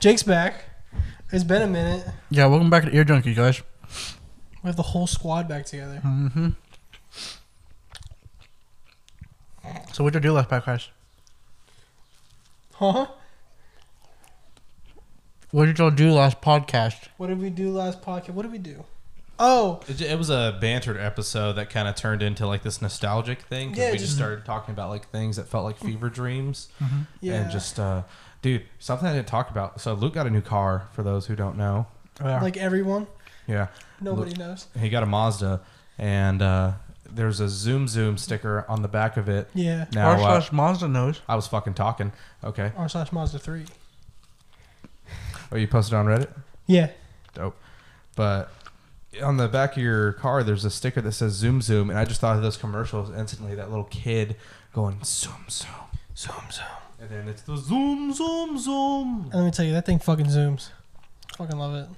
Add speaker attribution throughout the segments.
Speaker 1: Jake's back. It's been a minute.
Speaker 2: Yeah, welcome back to Ear Junkie, guys.
Speaker 1: We have the whole squad back together.
Speaker 2: Mm-hmm. So what'd you do last podcast?
Speaker 1: Huh?
Speaker 2: What did y'all do last podcast?
Speaker 1: What did we do last podcast? What did we do? Oh,
Speaker 3: It, it was a bantered episode that kind of turned into like this nostalgic thing 'cause
Speaker 1: Yeah,
Speaker 3: we
Speaker 1: just- Mm-hmm.
Speaker 3: just started talking about like things that felt like fever dreams
Speaker 1: yeah.
Speaker 3: and just uh dude something I didn't talk about. So Luke got a new car for those who don't know.
Speaker 2: Oh,
Speaker 1: like everyone.
Speaker 3: Yeah,
Speaker 1: Nobody knows.
Speaker 3: he got a Mazda and uh there's a Zoom Zoom sticker on the back of it.
Speaker 1: Yeah.
Speaker 3: Now
Speaker 2: R
Speaker 3: uh,
Speaker 2: slash Mazda knows.
Speaker 3: I was fucking talking. Okay,
Speaker 1: R slash Mazda 3.
Speaker 3: oh you posted on Reddit.
Speaker 1: Yeah.
Speaker 3: dope. But on the back of your car, there's a sticker that says Zoom Zoom, and I just thought of those commercials instantly. That little kid going Zoom Zoom,
Speaker 1: Zoom, zoom.
Speaker 3: and then it's the Zoom Zoom Zoom.
Speaker 1: And let me tell you, that thing fucking zooms. Fucking love it.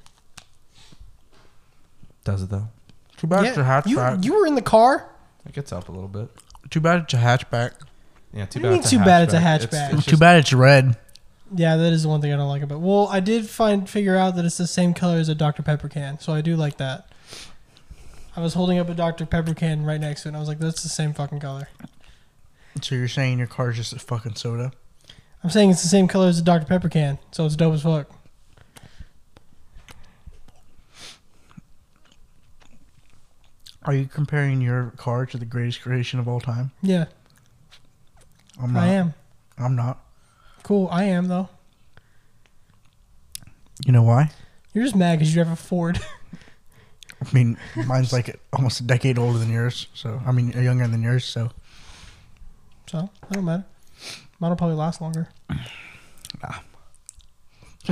Speaker 3: Does it though?
Speaker 2: Too bad it's a hatchback.
Speaker 1: you, you were in the car?
Speaker 3: It gets up a little bit.
Speaker 2: too bad it's a hatchback.
Speaker 3: Yeah, too
Speaker 1: What do you mean
Speaker 3: it's a
Speaker 1: too bad it's a hatchback?
Speaker 3: It's- it's
Speaker 2: too
Speaker 3: just-
Speaker 2: bad it's red.
Speaker 1: Yeah, that is the one thing I don't like about. Well, I did find figure out that it's the same color as a Dr Pepper can, so I do like that. I was holding up a Dr Pepper can right next to it, and I was like, "That's the same fucking color."
Speaker 2: So you're saying your car's just a fucking soda?
Speaker 1: I'm saying it's the same color as a Dr Pepper can, so it's dope as fuck.
Speaker 2: Are you comparing your car to the greatest creation of all time?
Speaker 1: Yeah,
Speaker 2: I'm not.
Speaker 1: I am
Speaker 2: I'm not.
Speaker 1: cool. I am though.
Speaker 2: You know why?
Speaker 1: You're just mad because you have a Ford.
Speaker 2: I mean, mine's like almost a decade older than yours. So I mean, younger than yours. So
Speaker 1: so I don't matter. Mine'll probably last longer.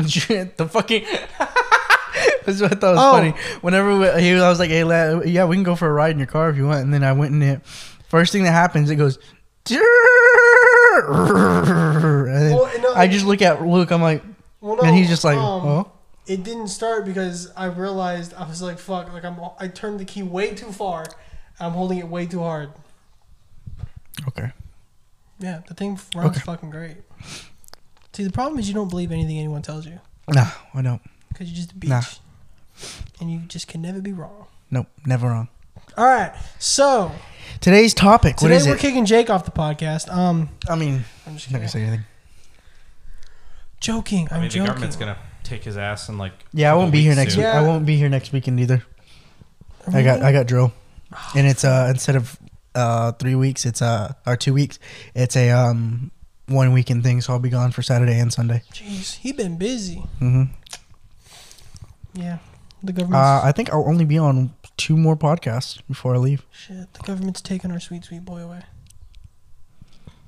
Speaker 2: Shit, the fucking. That's what I thought was
Speaker 1: Oh.
Speaker 2: funny. Whenever we, he was, I was like, "Hey, lad, yeah, we can go for a ride in your car if you want," and then I went in it. First thing that happens, it goes. And then
Speaker 1: Well, no,
Speaker 2: I
Speaker 1: it-
Speaker 2: just look at Luke. I'm like,
Speaker 1: Well, um,
Speaker 2: and he's just like, "Oh,
Speaker 1: it didn't start because I realized I was like, fuck, like I'm I turned the key way too far. I'm holding it way too hard.
Speaker 2: okay."
Speaker 1: Yeah, the thing runs
Speaker 2: Okay.
Speaker 1: fucking great. See, the problem is you don't believe anything anyone tells you
Speaker 2: Nah, I don't.
Speaker 1: because you're just a bitch,
Speaker 2: Nah.
Speaker 1: and you just can never be wrong.
Speaker 2: Nope, never wrong.
Speaker 1: All right, so
Speaker 2: Today's topic.
Speaker 1: today
Speaker 2: what is
Speaker 1: we're
Speaker 2: it?
Speaker 1: kicking Jake off the podcast. Um,
Speaker 2: I mean,
Speaker 1: I'm just
Speaker 2: I'm not gonna
Speaker 1: kidding.
Speaker 2: say anything.
Speaker 1: joking. I'm
Speaker 3: I mean, the
Speaker 1: joking.
Speaker 3: government's gonna take his ass and like.
Speaker 2: Yeah, I
Speaker 3: couple
Speaker 2: won't be
Speaker 3: weeks
Speaker 2: here next
Speaker 3: soon.
Speaker 2: week. I
Speaker 1: Yeah.
Speaker 2: won't be here next weekend either.
Speaker 1: Are we
Speaker 2: I got
Speaker 1: gonna-
Speaker 2: I got drill,
Speaker 1: Oh,
Speaker 2: and it's uh instead of uh three weeks, it's uh or two weeks, it's a um one weekend thing. So I'll be gone for Saturday and Sunday.
Speaker 1: Jeez, he been busy.
Speaker 2: hmm
Speaker 1: Yeah, the
Speaker 2: Uh,
Speaker 1: government's
Speaker 2: I think I'll only be on two more podcasts before I leave.
Speaker 1: shit. The government's taking our sweet sweet boy away.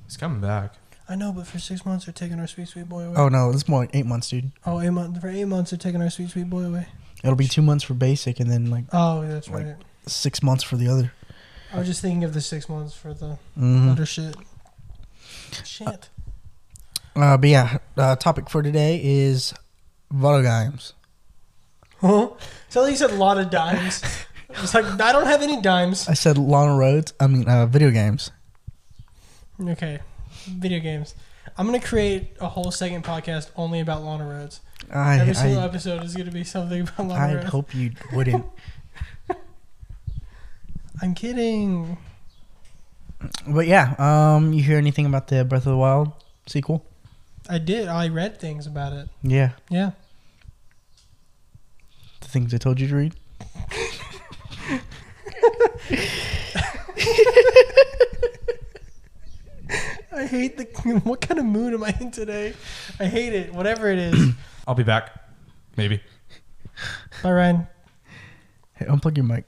Speaker 3: He's coming back.
Speaker 1: I know, but for six months they're taking our sweet sweet boy away.
Speaker 2: Oh no, it's more like eight months, dude.
Speaker 1: Oh, eight month for eight months they're taking our sweet sweet boy away.
Speaker 2: It'll be two months for basic, and then like
Speaker 1: Oh, yeah, that's
Speaker 2: Like-
Speaker 1: right.
Speaker 2: six months for the other.
Speaker 1: I was just thinking of the six months for the
Speaker 2: hmm
Speaker 1: other shit. Shit.
Speaker 2: Uh, but yeah, uh, topic for today is video games.
Speaker 1: Huh? So you said a lot of dimes. It's like I don't have any dimes.
Speaker 2: I said Lana Rhodes. I mean, uh, video games.
Speaker 1: Okay, video games. I'm gonna create a whole second podcast only about Lana Rhodes.
Speaker 2: I
Speaker 1: Every single
Speaker 2: I,
Speaker 1: episode is gonna be something about Lana
Speaker 2: I
Speaker 1: Rhodes.
Speaker 2: hope you wouldn't.
Speaker 1: I'm kidding.
Speaker 2: But yeah, um, you hear anything about the Breath of the Wild sequel?
Speaker 1: I did. I read things about it.
Speaker 2: Yeah,
Speaker 1: Yeah.
Speaker 2: the things I told you to read.
Speaker 1: I hate the. What kind of mood am I in today? I hate it. Whatever it is.
Speaker 3: I'll be back, maybe.
Speaker 1: Bye, Ryan.
Speaker 2: Hey, unplug your mic.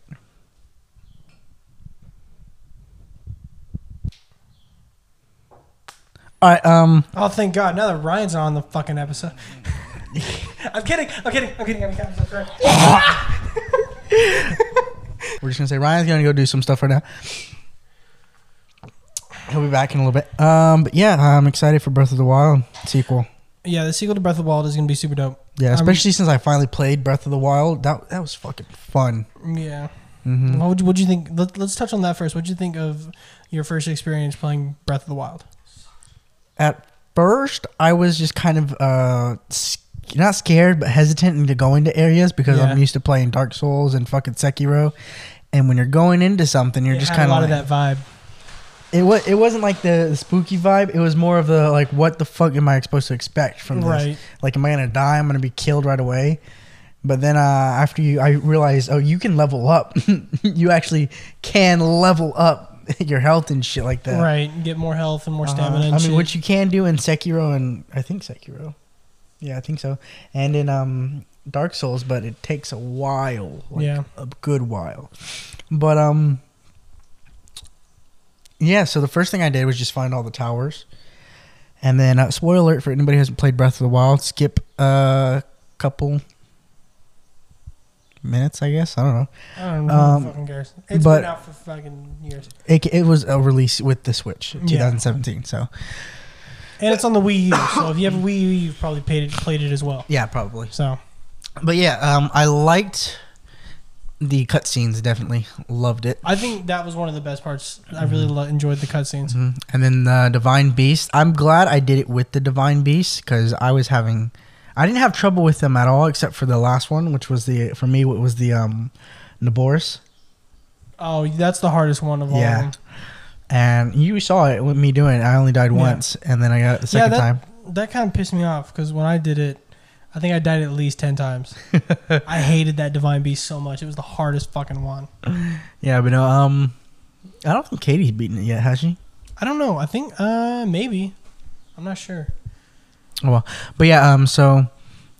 Speaker 2: All right. Um.
Speaker 1: Oh, thank God. Now that Ryan's not on the fucking episode. I'm kidding. I'm kidding. I'm kidding. I'm kidding. I'm sorry.
Speaker 2: We're just gonna say Ryan's gonna go do some stuff right now. He'll be back in a little bit. Um. But yeah, I'm excited for Breath of the Wild sequel.
Speaker 1: Yeah, the sequel to Breath of the Wild is gonna be super dope.
Speaker 2: Yeah,
Speaker 1: I'm-
Speaker 2: especially since I finally played Breath of the Wild. That that was fucking fun.
Speaker 1: Yeah.
Speaker 2: hmm
Speaker 1: What would you, what'd you think? Let, let's touch on that first. What'd you think of your first experience playing Breath of the Wild?
Speaker 2: At first, I was just kind of uh, s- not scared but hesitant into going to areas because
Speaker 1: Yeah.
Speaker 2: I'm used to playing Dark Souls and fucking Sekiro. And when you're going into something, you're
Speaker 1: It
Speaker 2: just
Speaker 1: had
Speaker 2: kind
Speaker 1: a lot
Speaker 2: like,
Speaker 1: of that vibe.
Speaker 2: It was. It wasn't like the spooky vibe. It was more of the like, what the fuck am I supposed to expect from this?
Speaker 1: Right.
Speaker 2: Like, am I gonna die? I'm gonna be killed right away. But then uh, after you, I realized, oh, you can level up. you actually can level up your health and shit like that.
Speaker 1: Right. Get more health and more
Speaker 2: Uh-huh.
Speaker 1: stamina. And
Speaker 2: I mean,
Speaker 1: shit.
Speaker 2: what you can do in Sekiro and I think Sekiro. Yeah, I think so. And in um Dark Souls, but it takes a while. Like
Speaker 1: Yeah.
Speaker 2: a good while. But um Yeah, so the first thing I did was just find all the towers. And then uh, spoiler alert for anybody who hasn't played Breath of the Wild, skip a couple minutes, I guess. I don't know.
Speaker 1: I don't know.
Speaker 2: um,
Speaker 1: who fucking cares. It's
Speaker 2: but-
Speaker 1: been out for fucking years,
Speaker 2: It, it was a release with the Switch,
Speaker 1: Yeah.
Speaker 2: 2017. So
Speaker 1: and it's on the Wii U. So if you have a Wii U, you've probably paid it, played it as well.
Speaker 2: yeah, probably.
Speaker 1: So
Speaker 2: But yeah, um, I liked the cutscenes. Definitely loved it.
Speaker 1: I think that was one of the best parts. I really
Speaker 2: Mm-hmm.
Speaker 1: lo- enjoyed the cutscenes.
Speaker 2: Mhm. And then the Divine Beast. I'm glad I did it with the Divine Beast because I was having, I didn't have trouble with them at all except for the last one, which was the for me it was the um, Naboris.
Speaker 1: Oh, that's the hardest one of all.
Speaker 2: Yeah.
Speaker 1: Of them.
Speaker 2: And you saw it with me doing. it. I only died
Speaker 1: Yeah.
Speaker 2: once, and then I got it the second
Speaker 1: that,
Speaker 2: time.
Speaker 1: That kind of pissed me off because when I did it, I think I died at least ten times. I hated that divine beast so much. It was the hardest fucking one.
Speaker 2: Yeah, but no, um, I don't think Katie's beaten it yet, has she?
Speaker 1: I don't know. I think uh maybe. I'm not sure.
Speaker 2: But yeah, um, so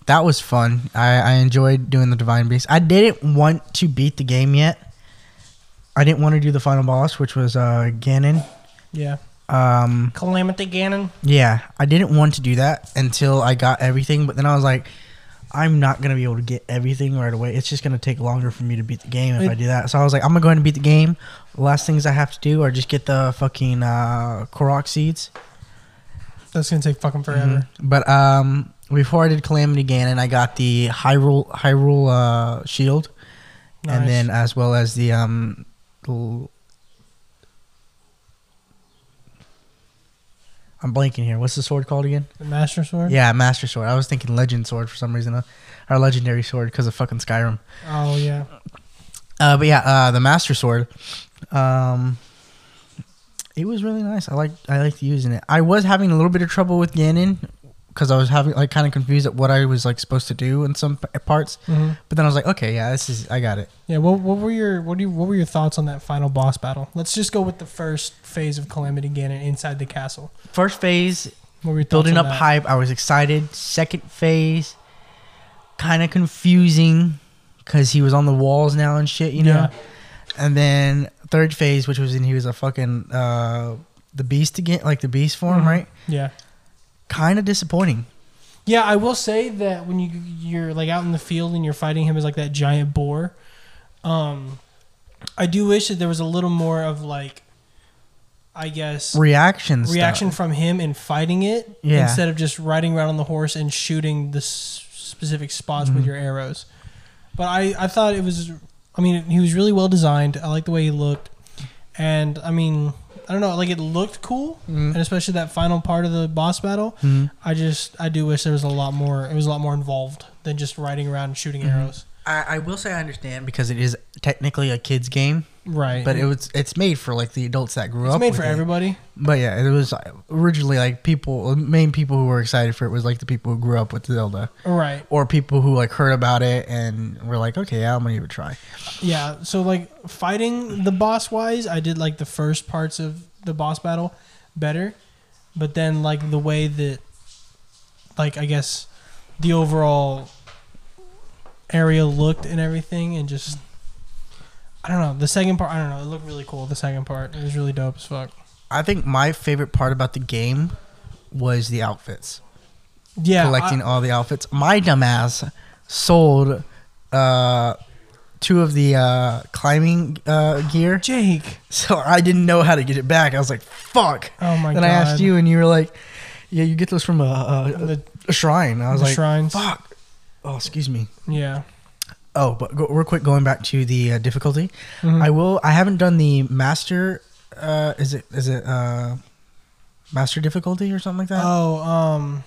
Speaker 2: that was fun. I, I enjoyed doing the Divine Beast. I didn't want to beat the game yet. I didn't want to do the final boss, which was uh, Ganon.
Speaker 1: Yeah.
Speaker 2: Um,
Speaker 1: Calamity Ganon.
Speaker 2: yeah, I didn't want to do that until I got everything. But then I was like, I'm not gonna be able to get everything right away. It's just gonna take longer for me to beat the game if
Speaker 1: It-
Speaker 2: I do that. So I was like, I'm gonna go ahead and beat the game. The last things I have to do are just get the fucking uh, Korok seeds.
Speaker 1: That's gonna take fucking forever.
Speaker 2: Mhm. But um, before I did Calamity Ganon, I got the Hyrule Hyrule uh, Shield,
Speaker 1: Nice.
Speaker 2: Mm-hmm. and then as well as the um, l- I'm blanking here. What's the sword called again?
Speaker 1: the Master Sword.
Speaker 2: Yeah, Master Sword. I was thinking Legend Sword for some reason, uh, or Legendary Sword because of fucking Skyrim.
Speaker 1: Oh yeah.
Speaker 2: Uh, but yeah, uh, the Master Sword. Um, it was really nice. I like I liked using it. I was having a little bit of trouble with Ganon because I was having like kind of confused at what I was like supposed to do in some p- parts.
Speaker 1: hmm
Speaker 2: But then I was like, okay, yeah, this is I got it.
Speaker 1: Yeah. What, what were your what do you, what were your thoughts on that final boss battle? Let's just go with the first phase of Calamity Ganon inside the castle.
Speaker 2: First phase
Speaker 1: What were your thoughts
Speaker 2: building up
Speaker 1: on that?
Speaker 2: hype. I was excited. Second phase, kind of confusing because he was on the walls now and shit, you know.
Speaker 1: Yeah.
Speaker 2: And then third phase, which was in he was a fucking uh, the beast again, like the beast form,
Speaker 1: Mhm.
Speaker 2: right?
Speaker 1: Yeah.
Speaker 2: Kind of disappointing.
Speaker 1: Yeah, I will say that when you you're like out in the field and you're fighting him as like that giant boar, um, I do wish that there was a little more of like, I guess
Speaker 2: Reaction. stuff.
Speaker 1: reaction from him in fighting it
Speaker 2: Yeah.
Speaker 1: instead of just riding around on the horse and shooting the s- specific spots with
Speaker 2: Mhm.
Speaker 1: your arrows. But I I thought it was, I mean, he was really well designed. I like the way he looked, and I mean, I don't know, like it looked cool,
Speaker 2: Mhm.
Speaker 1: and especially that final part of the boss battle.
Speaker 2: Mhm.
Speaker 1: I just I do wish there was a lot more. It was a lot more involved than just riding around and shooting arrows.
Speaker 2: I, I will say I understand because it is technically a kids game,
Speaker 1: Right.
Speaker 2: but it was it's made for like the adults that grew
Speaker 1: it's
Speaker 2: up.
Speaker 1: made
Speaker 2: with
Speaker 1: for
Speaker 2: it.
Speaker 1: everybody.
Speaker 2: But yeah, it was uh, originally like people, main people who were excited for it was like the people who grew up with Zelda
Speaker 1: Right.
Speaker 2: or people who like heard about it and were like, okay, yeah, I'm gonna give it a try.
Speaker 1: Yeah. So like fighting the boss wise, I did like the first parts of the boss battle better, but then like the way that, like I guess, the overall area looked and everything, and just. I don't know. The second part, I don't know. It looked really cool. The second part, it was really dope as fuck.
Speaker 2: I think my favorite part about the game was the outfits,
Speaker 1: Yeah,
Speaker 2: collecting all the outfits. My dumbass sold uh, two of the uh, climbing uh, gear,
Speaker 1: Jake.
Speaker 2: so I didn't know how to get it back. I was like, fuck.
Speaker 1: Oh my
Speaker 2: then
Speaker 1: god!
Speaker 2: I asked you, and you were like, yeah, you get those from a, a,
Speaker 1: the,
Speaker 2: a shrine. I was
Speaker 1: the
Speaker 2: like,
Speaker 1: shrines.
Speaker 2: fuck. Oh, excuse me.
Speaker 1: Yeah.
Speaker 2: Oh, but go, real quick, going back to the uh, difficulty,
Speaker 1: Mhm.
Speaker 2: I will. I haven't done the master. Uh, is it is it uh,
Speaker 1: um,
Speaker 2: master difficulty or something like that?
Speaker 1: oh, um,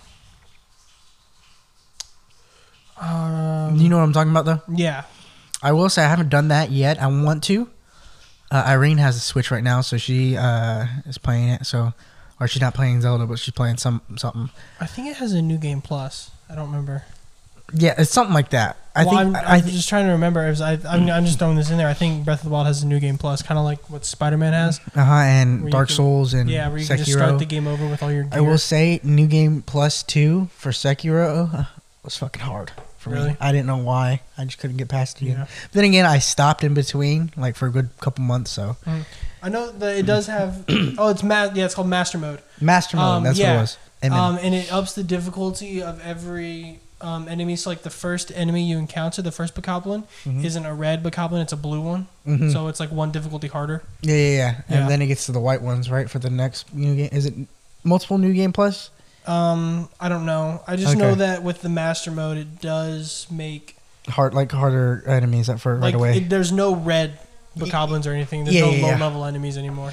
Speaker 2: know what I'm talking about though.
Speaker 1: Yeah.
Speaker 2: I will say I haven't done that yet. I want to. Uh, Irene has a Switch right now, so she uh, is playing it. So, or she's not playing Zelda, but she's playing some something.
Speaker 1: I think it has a new game plus. I don't remember.
Speaker 2: Yeah, it's something like that. I
Speaker 1: well,
Speaker 2: think.
Speaker 1: I'm,
Speaker 2: i
Speaker 1: I'm
Speaker 2: th-
Speaker 1: just trying to remember. It was- I, I'm, I'm just throwing this in there. I think Breath of the Wild has a new game plus, kind of like what Spider Man has.
Speaker 2: uh huh.
Speaker 1: where
Speaker 2: And
Speaker 1: you
Speaker 2: Dark
Speaker 1: can-
Speaker 2: Souls and
Speaker 1: yeah, where you can just
Speaker 2: Sekiro.
Speaker 1: start the game over with all your gear.
Speaker 2: I will say, new game plus two for Sekiro uh, was fucking hard for
Speaker 1: Really?
Speaker 2: me. I didn't know why. I just couldn't get past it. again.
Speaker 1: Yeah.
Speaker 2: But then again, I stopped in between, like for a good couple months. So,
Speaker 1: I know that it does have. oh, it's ma- Yeah, it's called Master Mode.
Speaker 2: Master Mode.
Speaker 1: Um,
Speaker 2: that's what
Speaker 1: yeah.
Speaker 2: it was. And then-
Speaker 1: Um, and it ups the difficulty of every um, enemy. So, like the first enemy you encounter, the first Bokoblin,
Speaker 2: Mhm.
Speaker 1: isn't a red Bokoblin; it's a blue one.
Speaker 2: Mhm.
Speaker 1: So it's like one difficulty harder.
Speaker 2: Yeah, yeah, yeah.
Speaker 1: Yeah.
Speaker 2: And then it gets to the white ones, right? For the next new game. Is it multiple new game plus?
Speaker 1: Um, I don't know. I just
Speaker 2: Okay.
Speaker 1: know that with the Master Mode, it does make
Speaker 2: Hard, like harder enemies at for
Speaker 1: like
Speaker 2: right away.
Speaker 1: It, there's no red Bokoblins or anything. There's
Speaker 2: Yeah,
Speaker 1: no
Speaker 2: yeah,
Speaker 1: low
Speaker 2: yeah.
Speaker 1: level enemies anymore.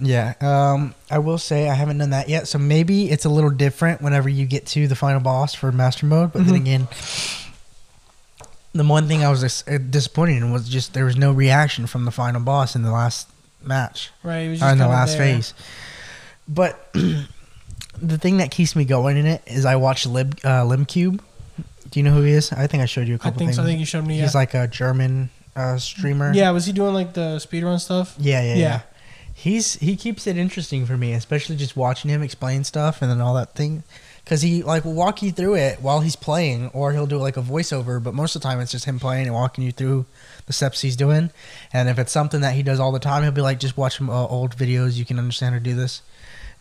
Speaker 2: yeah. Um, I will say I haven't done that yet, so maybe it's a little different whenever you get to the final boss for master mode. But then
Speaker 1: Mhm.
Speaker 2: again, the one thing I was dis- uh, disappointed in was just there was no reaction from the final boss in the last match.
Speaker 1: Right? It was
Speaker 2: or in the
Speaker 1: kinda
Speaker 2: last
Speaker 1: there.
Speaker 2: phase. But the thing that keeps me going in it is I watch Lib uh, Limcube. Do you know who he is? I think I showed you a
Speaker 1: I
Speaker 2: couple
Speaker 1: think
Speaker 2: things.
Speaker 1: so. I think you showed me. Yeah.
Speaker 2: He's like a German uh, streamer.
Speaker 1: yeah. Was he doing like the speedrun stuff?
Speaker 2: yeah, yeah, yeah.
Speaker 1: Yeah.
Speaker 2: He's he keeps it interesting for me, especially just watching him explain stuff and then all that thing. Cause he like will walk you through it while he's playing, or he'll do like a voiceover. But most of the time, it's just him playing and walking you through the steps he's doing. And if it's something that he does all the time, he'll be like, "Just watch some uh, old videos. You can understand or do this."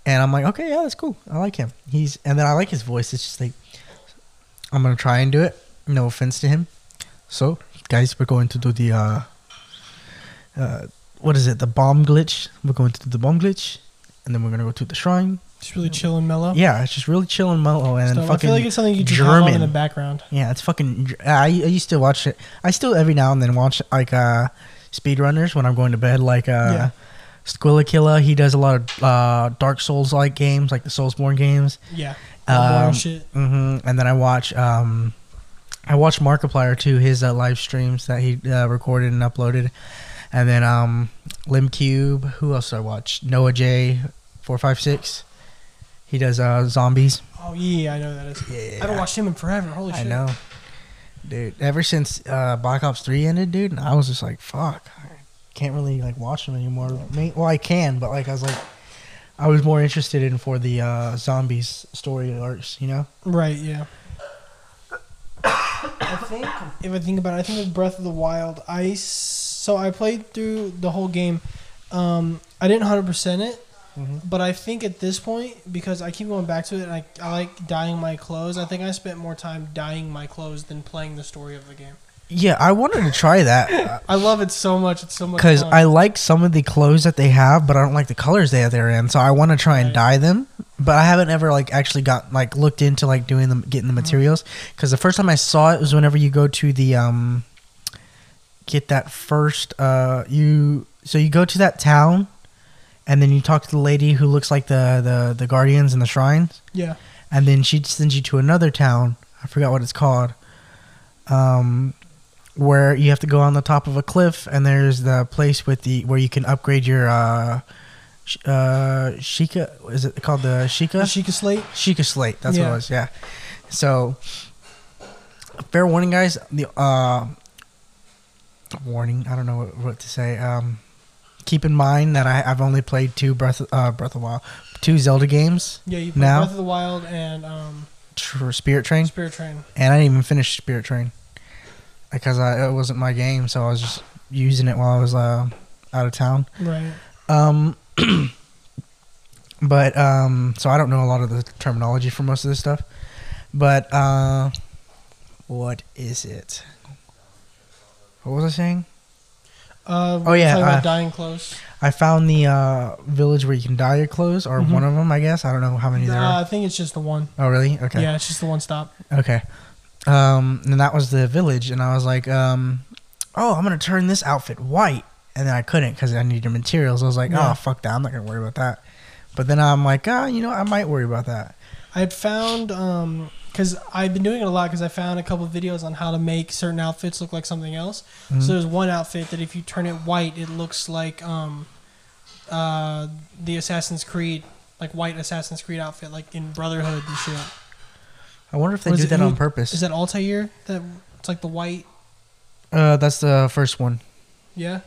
Speaker 2: And I'm like, "Okay, yeah, that's cool. I like him. He's and then I like his voice. It's just like I'm gonna try and do it. No offense to him. So guys, we're going to do the uh, uh, what is it? The bomb glitch. We're going to do the bomb glitch, and then we're gonna go to the shrine.
Speaker 1: Just really chill and mellow.
Speaker 2: Mm-hmm. Yeah, it's just really chill and mellow, and
Speaker 1: Stuff. I
Speaker 2: fucking
Speaker 1: feel like it's something you just have on in
Speaker 2: German.
Speaker 1: the background.
Speaker 2: yeah, it's fucking. dr- I, I used to watch it. I still every now and then watch like uh, speedrunners when I'm going to bed, like uh,
Speaker 1: Yeah.
Speaker 2: Squillakilla. He does a lot of uh, Dark Souls like games, like the Soulsborne games.
Speaker 1: Yeah.
Speaker 2: Um,
Speaker 1: Boring shit.
Speaker 2: hmm And then I watch um, I watch Markiplier too. His uh, live streams that he uh, recorded and uploaded, and then um, Limcube. Who else do I watch? Noah J. Four five six. He does uh, zombies.
Speaker 1: Oh yeah, I know that is.
Speaker 2: Yeah,
Speaker 1: I haven't watched him in forever. Holy
Speaker 2: I
Speaker 1: shit!
Speaker 2: know, dude. Ever since uh, Black Ops Three ended, dude, I was just like, fuck, I can't really like watch them anymore. May- Well, I can, but like I was like, I was more interested in for the uh, zombies story arcs, you know.
Speaker 1: Right? Yeah. I think if I think about it, I think with Breath of the Wild, I s- so I played through the whole game. Um, I didn't hundred percent it, but I think at this point because I keep going back to it, and I I like dyeing my clothes. I think I spent more time dyeing my clothes than playing the story of the game.
Speaker 2: Yeah, I wanted to try that
Speaker 1: I love it so much. It's so much
Speaker 2: because
Speaker 1: fun.
Speaker 2: I like some of the clothes that they have, but I don't like the colors they have there in. So I want to try and
Speaker 1: Right.
Speaker 2: dye them, but I haven't ever like actually got like looked into like doing them, getting the materials. Because the first time I saw it was whenever you go to the um, get that first uh you so you go to that town, and then you talk to the lady who looks like the the the guardians and the shrines,
Speaker 1: yeah.
Speaker 2: and then she sends you to another town. I forgot what it's called. Um, where you have to go on the top of a cliff, and there's the place with the where you can upgrade your uh, sh- uh, Sheikah. Is it called the Sheikah?
Speaker 1: Sheikah Slate.
Speaker 2: Sheikah Slate. That's what
Speaker 1: Yeah.
Speaker 2: it was. Yeah. So, fair warning, guys. The uh, warning. I don't know what, what to say. Um, keep in mind that I, I've only played two Breath uh, Breath of the Wild, two Zelda games.
Speaker 1: Yeah, you played
Speaker 2: Now?
Speaker 1: Breath of the Wild and um,
Speaker 2: Tr- Spirit Train.
Speaker 1: Spirit Train.
Speaker 2: and I didn't even finish Spirit Train because I, it wasn't my game, so I was just using it while I was uh, out of town.
Speaker 1: Right.
Speaker 2: Um, but um, so I don't know a lot of the terminology for most of this stuff. But uh, what is it? What was I saying?
Speaker 1: Uh,
Speaker 2: Oh, yeah,
Speaker 1: Talking
Speaker 2: uh,
Speaker 1: about dying clothes.
Speaker 2: I found the uh, village where you can dye your clothes, or
Speaker 1: Mhm.
Speaker 2: one of them, I guess. I don't know how many there
Speaker 1: Uh,
Speaker 2: are.
Speaker 1: I think it's just the one.
Speaker 2: Oh, really? Okay.
Speaker 1: Yeah, it's just the one stop.
Speaker 2: Okay. Um, and that was the village, and I was like, um, oh, I'm gonna turn this outfit white, and then I couldn't because I needed materials. I was like,
Speaker 1: Yeah.
Speaker 2: oh, fuck that, I'm not gonna worry about that. But then I'm like, ah, you know, I might worry about that.
Speaker 1: I had found um because I've been doing it a lot because I found a couple of videos on how to make certain outfits look like something else.
Speaker 2: Mm-hmm.
Speaker 1: So there's one outfit that if you turn it white, it looks like um uh the Assassin's Creed like white Assassin's Creed outfit like in Brotherhood and shit.
Speaker 2: I wonder if they
Speaker 1: Or is
Speaker 2: do
Speaker 1: it
Speaker 2: that
Speaker 1: who-
Speaker 2: on purpose.
Speaker 1: Is that Altair? That it's like the white.
Speaker 2: uh, that's the first one.
Speaker 1: Yeah.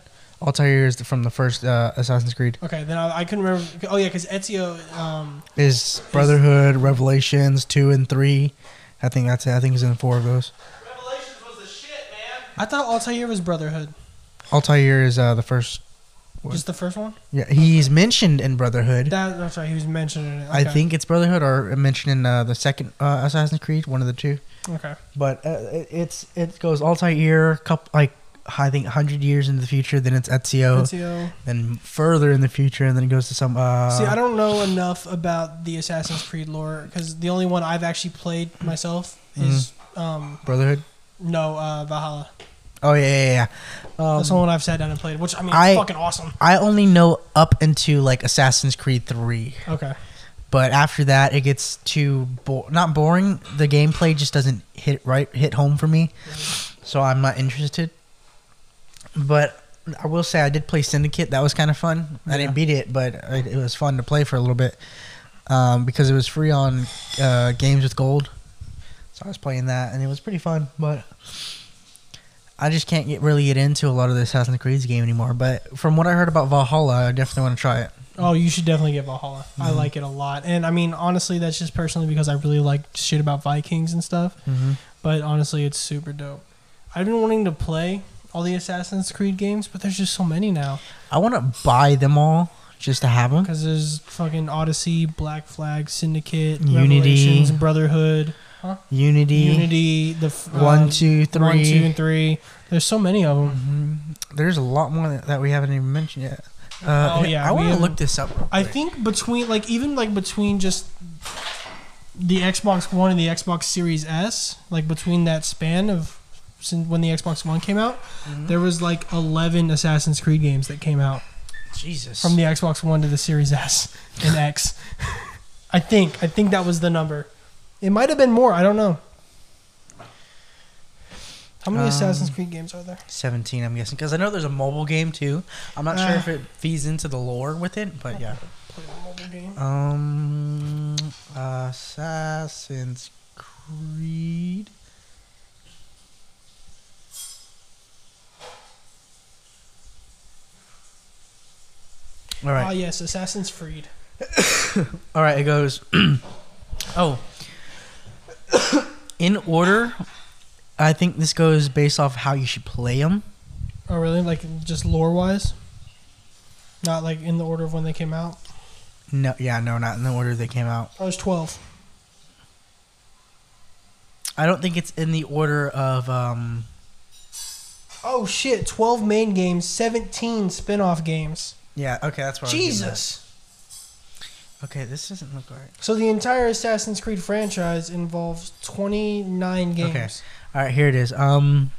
Speaker 2: Altair is the- from the first uh, Assassin's Creed.
Speaker 1: Okay. Then I, I couldn't remember. Oh yeah, because Ezio. Um,
Speaker 2: Is Brotherhood, Revelations two and three. I think that's it. I think he's in four of those.
Speaker 4: Revelations was the shit, man.
Speaker 1: I thought Altair was Brotherhood.
Speaker 2: Altair is uh, the first. What?
Speaker 1: Just the first one.
Speaker 2: Yeah, he's mentioned in Brotherhood.
Speaker 1: That, that's right. He was mentioned in it.
Speaker 2: I
Speaker 1: Okay.
Speaker 2: think it's Brotherhood or mentioned in uh, the second uh, Assassin's Creed, one of the two.
Speaker 1: Okay.
Speaker 2: But uh, it, it's it goes Altair, couple like I think hundred years into the future. Then it's Ezio,
Speaker 1: Ezio.
Speaker 2: then further in the future, and then it goes to some. Uh,
Speaker 1: See, I don't know enough about the Assassin's Creed lore because the only one I've actually played myself
Speaker 2: Mm-hmm.
Speaker 1: is um,
Speaker 2: Brotherhood.
Speaker 1: no uh, Valhalla.
Speaker 2: Oh yeah, yeah, yeah. Um,
Speaker 1: That's the one I've sat down and played, which I mean,
Speaker 2: I-
Speaker 1: it's fucking awesome.
Speaker 2: I only know up into like Assassin's Creed three.
Speaker 1: Okay.
Speaker 2: but after that it gets too bo- not boring the gameplay just doesn't hit right hit home for me so i'm not interested but i will say i did play syndicate that was kind of fun i
Speaker 1: Yeah.
Speaker 2: didn't beat it but it, it was fun to play for a little bit um, because it was free on uh, games with gold so i was playing that and it was pretty fun but I just can't get really get into a lot of the Assassin's Creed game anymore, but from what I heard about Valhalla, I definitely want to try it.
Speaker 1: Oh, you should definitely get Valhalla.
Speaker 2: Mm-hmm.
Speaker 1: I like it a lot, and I mean, honestly, that's just personally because I really like shit about Vikings and stuff.
Speaker 2: Mm-hmm.
Speaker 1: But honestly, it's super dope. I've been wanting to play all the Assassin's Creed games, but there's just so many now.
Speaker 2: I want to buy them all just to have them.
Speaker 1: Because there's fucking Odyssey, Black Flag, Syndicate,
Speaker 2: Unity.
Speaker 1: Revelations, Brotherhood,
Speaker 2: Unity,
Speaker 1: Unity, the f- uh,
Speaker 2: one, two, three.
Speaker 1: one, two, and three. There's so many of them.
Speaker 2: Mhm. There's a lot more that, that we haven't even mentioned yet. Uh,
Speaker 1: Oh, yeah,
Speaker 2: I
Speaker 1: we
Speaker 2: want to
Speaker 1: haven't-
Speaker 2: look this up. real
Speaker 1: I
Speaker 2: quick.
Speaker 1: think between like even like between just the Xbox One and the Xbox Series S, like between that span of since when the Xbox One came out, there was like 11 Assassin's Creed games that came out.
Speaker 2: Jesus.
Speaker 1: from the Xbox One to the Series S and X. I think I think that was the number. It might have been more. I don't know. How many
Speaker 2: Um,
Speaker 1: Assassin's Creed games are there?
Speaker 2: 17, I'm guessing, because I know there's a mobile game too. I'm not sure
Speaker 1: Uh.
Speaker 2: if it feeds into the lore with it, but yeah.
Speaker 1: Play a mobile game.
Speaker 2: Um, Assassin's Creed. All right.
Speaker 1: Ah yes, Assassin's Creed.
Speaker 2: All right, it goes. oh. In order, I think this goes based off how you should play them.
Speaker 1: Oh really? Like just lore wise? Not like in the order of when they came out.
Speaker 2: No, yeah, no, not in the order they came out.
Speaker 1: I was twelve.
Speaker 2: I don't think it's in the order of um
Speaker 1: Oh shit! Twelve main games, seventeen spin-off games.
Speaker 2: yeah, okay, that's what I was getting at.
Speaker 1: Jesus.
Speaker 2: Okay, this doesn't look right.
Speaker 1: So the entire Assassin's Creed franchise involves twenty-nine games.
Speaker 2: Okay. All right, here it is. Um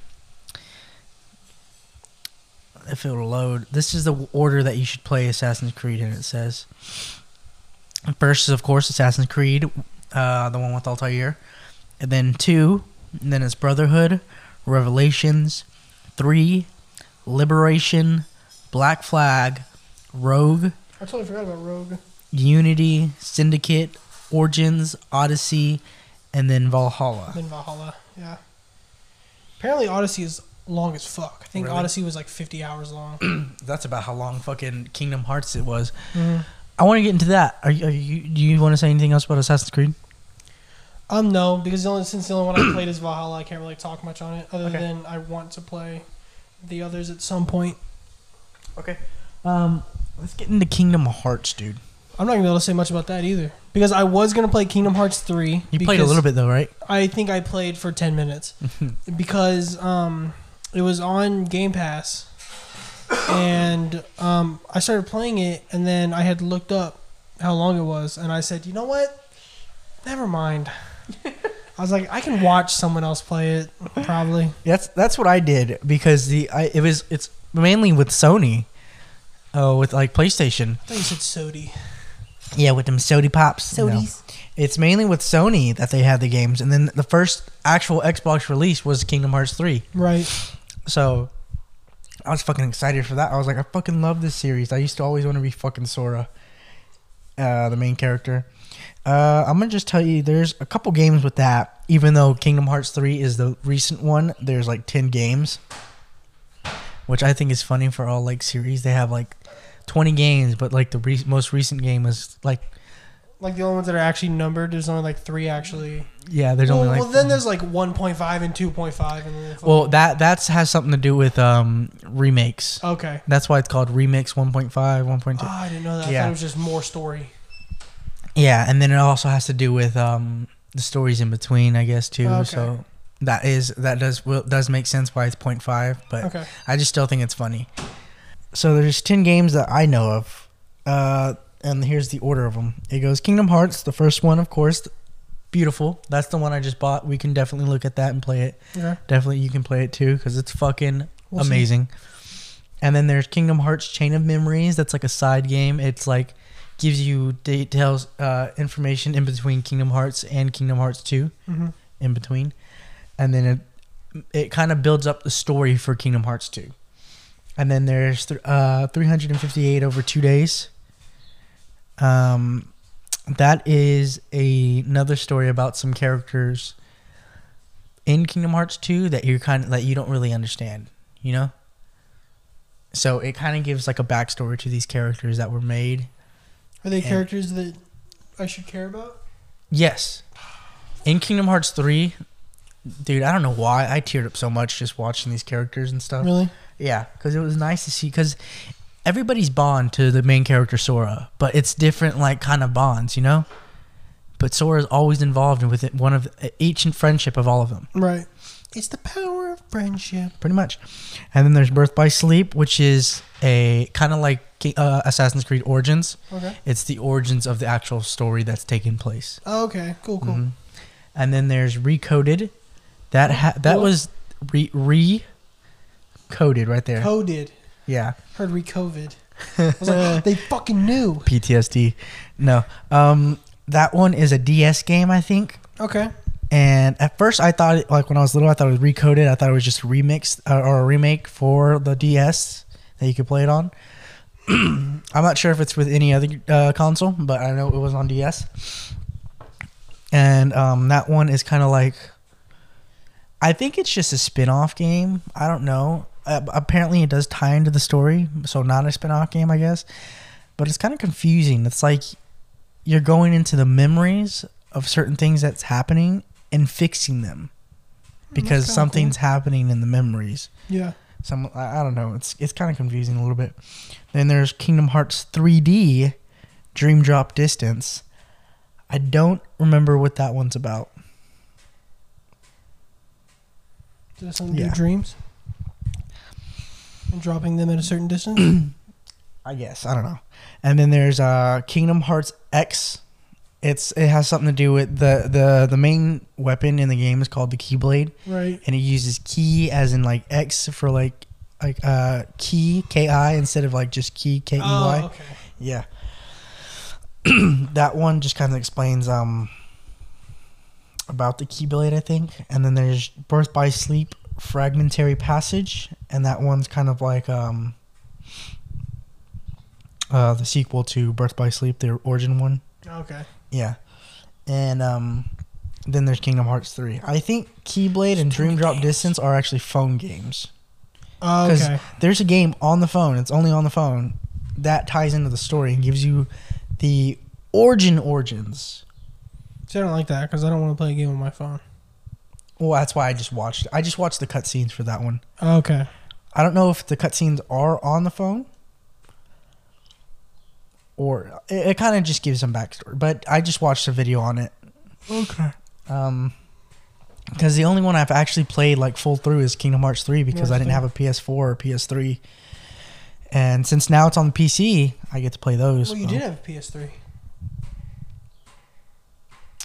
Speaker 2: if it'll load, this is the order that you should play Assassin's Creed in. It says first is of course Assassin's Creed, uh, the one with Altair, and then two, and then it's Brotherhood, Revelations, three, Liberation, Black Flag, Rogue,
Speaker 1: I totally forgot about Rogue.
Speaker 2: Unity, Syndicate, Origins, Odyssey, and then Valhalla.
Speaker 1: Then Valhalla, yeah. Apparently, Odyssey is long as fuck. I think
Speaker 2: Really?
Speaker 1: Odyssey was like 50 hours long.
Speaker 2: That's about how long fucking Kingdom Hearts it was. I want to get into that. Are you, are you? Do you want to say anything else about Assassin's Creed?
Speaker 1: um, no, because the only, since the only one I played is Valhalla, I can't really talk much on it other
Speaker 2: Okay.
Speaker 1: than I want to play the others at some point.
Speaker 2: Okay. Um, let's get into Kingdom Hearts, dude.
Speaker 1: I'm not gonna be able to say much about that either because I was gonna play Kingdom Hearts 3.
Speaker 2: You played a
Speaker 1: because-
Speaker 2: little bit though, right?
Speaker 1: I think I played for 10 minutes because um, it was on Game Pass and um, I started playing it and then I had looked up how long it was and I said, you know what? Never mind. I was like, I can watch someone else play it probably.
Speaker 2: That's that's what I did because the I, it was it's mainly with Sony, uh, with like PlayStation.
Speaker 1: I thought you said Sody.
Speaker 2: Yeah, with them sody pops. No. It's mainly with Sony that they had the games, and then the first actual Xbox release was Kingdom Hearts three.
Speaker 1: Right.
Speaker 2: So I was fucking excited for that. I was like, I fucking love this series. I used to always want to be fucking Sora, uh, the main character. Uh, I'm gonna just tell you, there's a couple games with that. Even though Kingdom Hearts 3 is the recent one, there's like 10 games, which I think is funny for all like series. They have like 20 games, but like the re- most recent game is like
Speaker 1: Like the only ones that are actually numbered, there's only like three actually.
Speaker 2: yeah, there's
Speaker 1: well,
Speaker 2: only like
Speaker 1: well, then there's like 1.5 and 2.5 and then
Speaker 2: well that that's has something to do with um remakes.
Speaker 1: okay.
Speaker 2: That's why it's called Remix 1.5, 1.2.
Speaker 1: Oh, I didn't know that. I
Speaker 2: Yeah.
Speaker 1: thought it was just more story.
Speaker 2: Yeah, and then it also has to do with um, the stories in between, I guess, too.
Speaker 1: Oh, Okay.
Speaker 2: So that is that does will, does make sense why it's 0.5, but
Speaker 1: Okay.
Speaker 2: I just still think it's funny. So there's 10 games that I know of, uh, and here's the order of them. It goes Kingdom Hearts, the first one, of course, beautiful. That's the one I just bought. We can definitely look at that and play it.
Speaker 1: Okay.
Speaker 2: Definitely, you can play it too because it's fucking
Speaker 1: We'll see.
Speaker 2: amazing. And then there's Kingdom Hearts Chain of Memories. That's like a side game. It's like gives you details, uh, information in between Kingdom Hearts and Kingdom Hearts Two,
Speaker 1: hmm
Speaker 2: in between, and then it it kind of builds up the story for Kingdom Hearts Two. And then there's th- uh, 358 over two days. Um, that is a, another story about some characters in Kingdom Hearts 2 that you're kind of that you don't really understand, you know? So it kind of gives like a backstory to these characters that were made.
Speaker 1: Are they
Speaker 2: And-
Speaker 1: characters that I should care about?
Speaker 2: Yes. In Kingdom Hearts 3, dude, I don't know why I teared up so much just watching these characters and stuff.
Speaker 1: Really?
Speaker 2: Yeah, because it was nice to see. Because everybody's bond to the main character Sora, but it's different, like kind of bonds, you know. But Sora's always involved with it, one of each in friendship of all of them,
Speaker 1: Right. It's the power of friendship.
Speaker 2: pretty much. And then there's Birth by Sleep, which is a kind of like uh, Assassin's Creed Origins.
Speaker 1: Okay.
Speaker 2: It's the origins of the actual story that's taking place.
Speaker 1: Oh, okay. Cool. Cool.
Speaker 2: Mhm. And then there's Recoded. That ha- that
Speaker 1: What?
Speaker 2: was re re coded right there.
Speaker 1: Coded.
Speaker 2: yeah.
Speaker 1: Heard we COVID. I was like, "Oh, they fucking knew.
Speaker 2: PTSD. No. Um, that one is a DS game, I think.
Speaker 1: Okay.
Speaker 2: And at first, I thought, it, like when I was little, I thought it was recoded. I thought it was just a remix uh, or a remake for the DS that you could play it on. I'm not sure if it's with any other uh, console, but I know it was on DS. And um, that one is kind of like, I think it's just a spin off game. I don't know. Uh, apparently, it does tie into the story, so not a spin off game, I guess. But it's kind of confusing. It's like you're going into the memories of certain things that's happening and fixing them because
Speaker 1: kinda
Speaker 2: something's happening in the memories.
Speaker 1: Yeah.
Speaker 2: Some I I don't know. It's it's kind of confusing a little bit. Then there's Kingdom Hearts 3D, Dream Drop Distance. I don't remember what that one's about.
Speaker 1: Did that sound
Speaker 2: Yeah.
Speaker 1: good dreams? And dropping them at a certain distance?
Speaker 2: I guess I don't know. And then there's uh, Kingdom Hearts X. It's it has something to do with the the the main weapon in the game is called the Keyblade,
Speaker 1: right.
Speaker 2: and it uses key as in like X for like like uh key K I instead of like just key K E Y.
Speaker 1: Oh, okay.
Speaker 2: Yeah. that one just kind of explains um about the Keyblade, I think. And then there's Birth by Sleep, Fragmentary Passage, and that one's kind of like um uh the sequel to Birth by Sleep, the origin one.
Speaker 1: Okay.
Speaker 2: Yeah. And um then there's Kingdom Hearts 3. I think Keyblade and Dream Drop Distance are actually phone games.
Speaker 1: Oh,
Speaker 2: 'Cause
Speaker 1: okay.
Speaker 2: There's a game on the phone. It's only on the phone. That ties into the story and gives you the origin origins.
Speaker 1: See, I don't like that because I don't want to play a game on my phone.
Speaker 2: Well, that's why I just watched. I just watched the cutscenes for that one.
Speaker 1: Okay.
Speaker 2: I don't know if the cutscenes are on the phone, or it, it kind of just gives some backstory. But I just watched a video on it.
Speaker 1: Okay.
Speaker 2: Um, because the only one I've actually played like full through is Kingdom Hearts 3 because I didn't
Speaker 1: Interesting.
Speaker 2: have a PS4 or PS3. And since now it's on the PC, I get to play those.
Speaker 1: Well, you
Speaker 2: so-
Speaker 1: did have a PS3.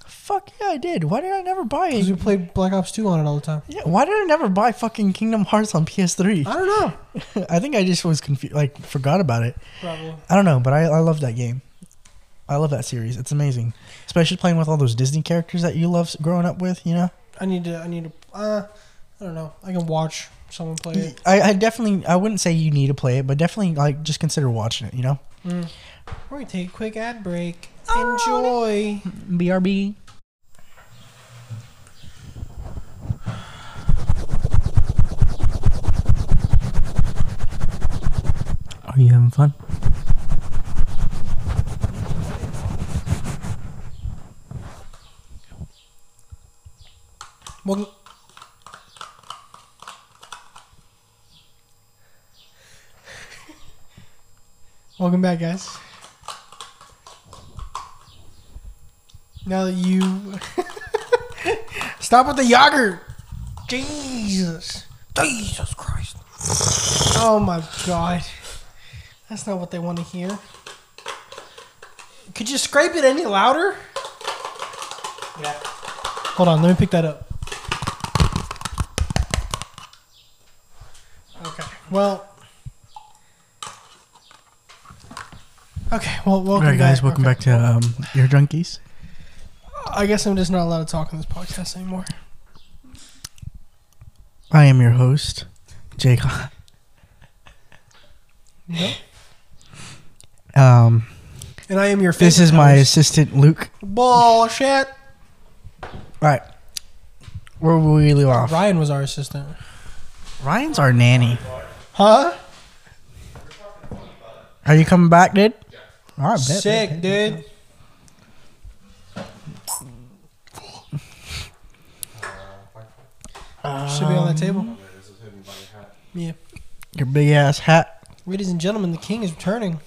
Speaker 2: Fuck yeah, I did. Why did I never buy
Speaker 1: Because we
Speaker 2: it?
Speaker 1: played Black Ops 2 on it all the time.
Speaker 2: Yeah, why did I never buy fucking Kingdom Hearts on PS3?
Speaker 1: I don't know.
Speaker 2: I think I just was confused, like forgot about it.
Speaker 1: Probably.
Speaker 2: I don't know, but I, I love that game. I love that series. It's amazing, especially playing with all those Disney characters that you love growing up with. You know,
Speaker 1: I need to. I need to. Uh, I don't know. I can watch someone play it.
Speaker 2: I, I definitely I wouldn't say you need to play it, but definitely like just consider watching it. You know,
Speaker 1: Mm. We're gonna take a quick ad break. Enjoy.
Speaker 2: brb. Are you having fun?
Speaker 1: Welcome. Welcome back, guys. Now that you stop with the yogurt, Jesus, Jesus Christ! Oh my God, that's not what they want to hear. Could you scrape it any louder? Yeah. Hold on, let me pick that up. Okay. Well. Okay. Well, welcome,
Speaker 2: All right, guys,
Speaker 1: back.
Speaker 2: welcome
Speaker 1: Okay.
Speaker 2: back to um, Your Junkies.
Speaker 1: I guess I'm just not allowed to talk on this podcast anymore.
Speaker 2: I am your host, Jake.
Speaker 1: No.
Speaker 2: Um,
Speaker 1: And I am your.
Speaker 2: this
Speaker 1: favorite
Speaker 2: is my
Speaker 1: host.
Speaker 2: assistant, Luke.
Speaker 1: bullshit.
Speaker 2: All right, where will we leave off?
Speaker 1: Ryan was our assistant.
Speaker 2: Ryan's our nanny.
Speaker 1: Huh?
Speaker 2: Are you coming back, dude? All right, bet,
Speaker 1: Sick,
Speaker 2: bet, bet.
Speaker 1: dude. Should be on
Speaker 2: Um,
Speaker 1: that table. Yeah.
Speaker 2: Your big ass hat.
Speaker 1: Ladies and gentlemen, the king is returning.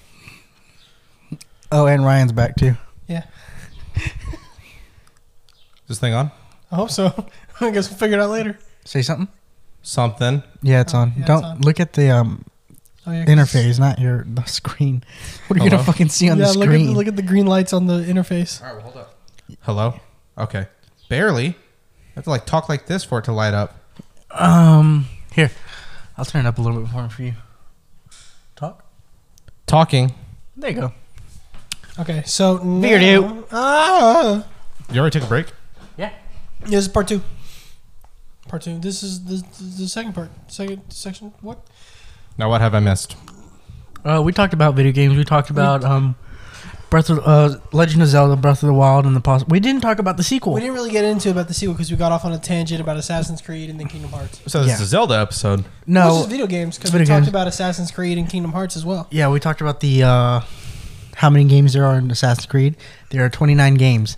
Speaker 2: Oh, and Ryan's back too.
Speaker 1: Yeah.
Speaker 3: This thing on?
Speaker 1: I hope so. I guess we'll figure it out later.
Speaker 2: Say something.
Speaker 3: Something.
Speaker 2: Yeah, it's
Speaker 1: Oh,
Speaker 2: on.
Speaker 1: yeah, it's
Speaker 2: Don't
Speaker 1: on.
Speaker 2: look at the um,
Speaker 1: Oh, yeah, 'cause-
Speaker 2: interface, not your the screen. What are you gonna
Speaker 3: Hello?
Speaker 2: fucking see
Speaker 1: Yeah,
Speaker 2: on the
Speaker 1: look at,
Speaker 2: screen?
Speaker 1: the, look at the green lights on the interface.
Speaker 3: All right, well, hold up. Hello? Okay. Barely. I have to like talk like this for it to light up.
Speaker 2: um, here, I'll turn it up a little bit more for you. Talk.
Speaker 3: Talking.
Speaker 2: There you go.
Speaker 1: Okay, so
Speaker 2: Figure it out.
Speaker 1: Ah,
Speaker 3: You already took a break?
Speaker 2: Yeah.
Speaker 1: Yeah, this is part two. Part two. This is the, the second part. Second section. What?
Speaker 3: Now, what have I missed?
Speaker 2: Uh, we talked about video games. We talked about um, Breath of uh, Legend of Zelda, Breath of the Wild, and the poss. We didn't talk about the sequel.
Speaker 1: We didn't really get into about the sequel because we got off on a tangent about Assassin's Creed and then Kingdom Hearts.
Speaker 3: So, this is
Speaker 2: Yeah.
Speaker 3: a Zelda episode.
Speaker 1: Which
Speaker 2: no.
Speaker 1: is video games because we
Speaker 2: Video
Speaker 1: talked
Speaker 2: games.
Speaker 1: about Assassin's Creed and Kingdom Hearts as well.
Speaker 2: yeah, we talked about the uh, how many games there are in Assassin's Creed. There are 29 games,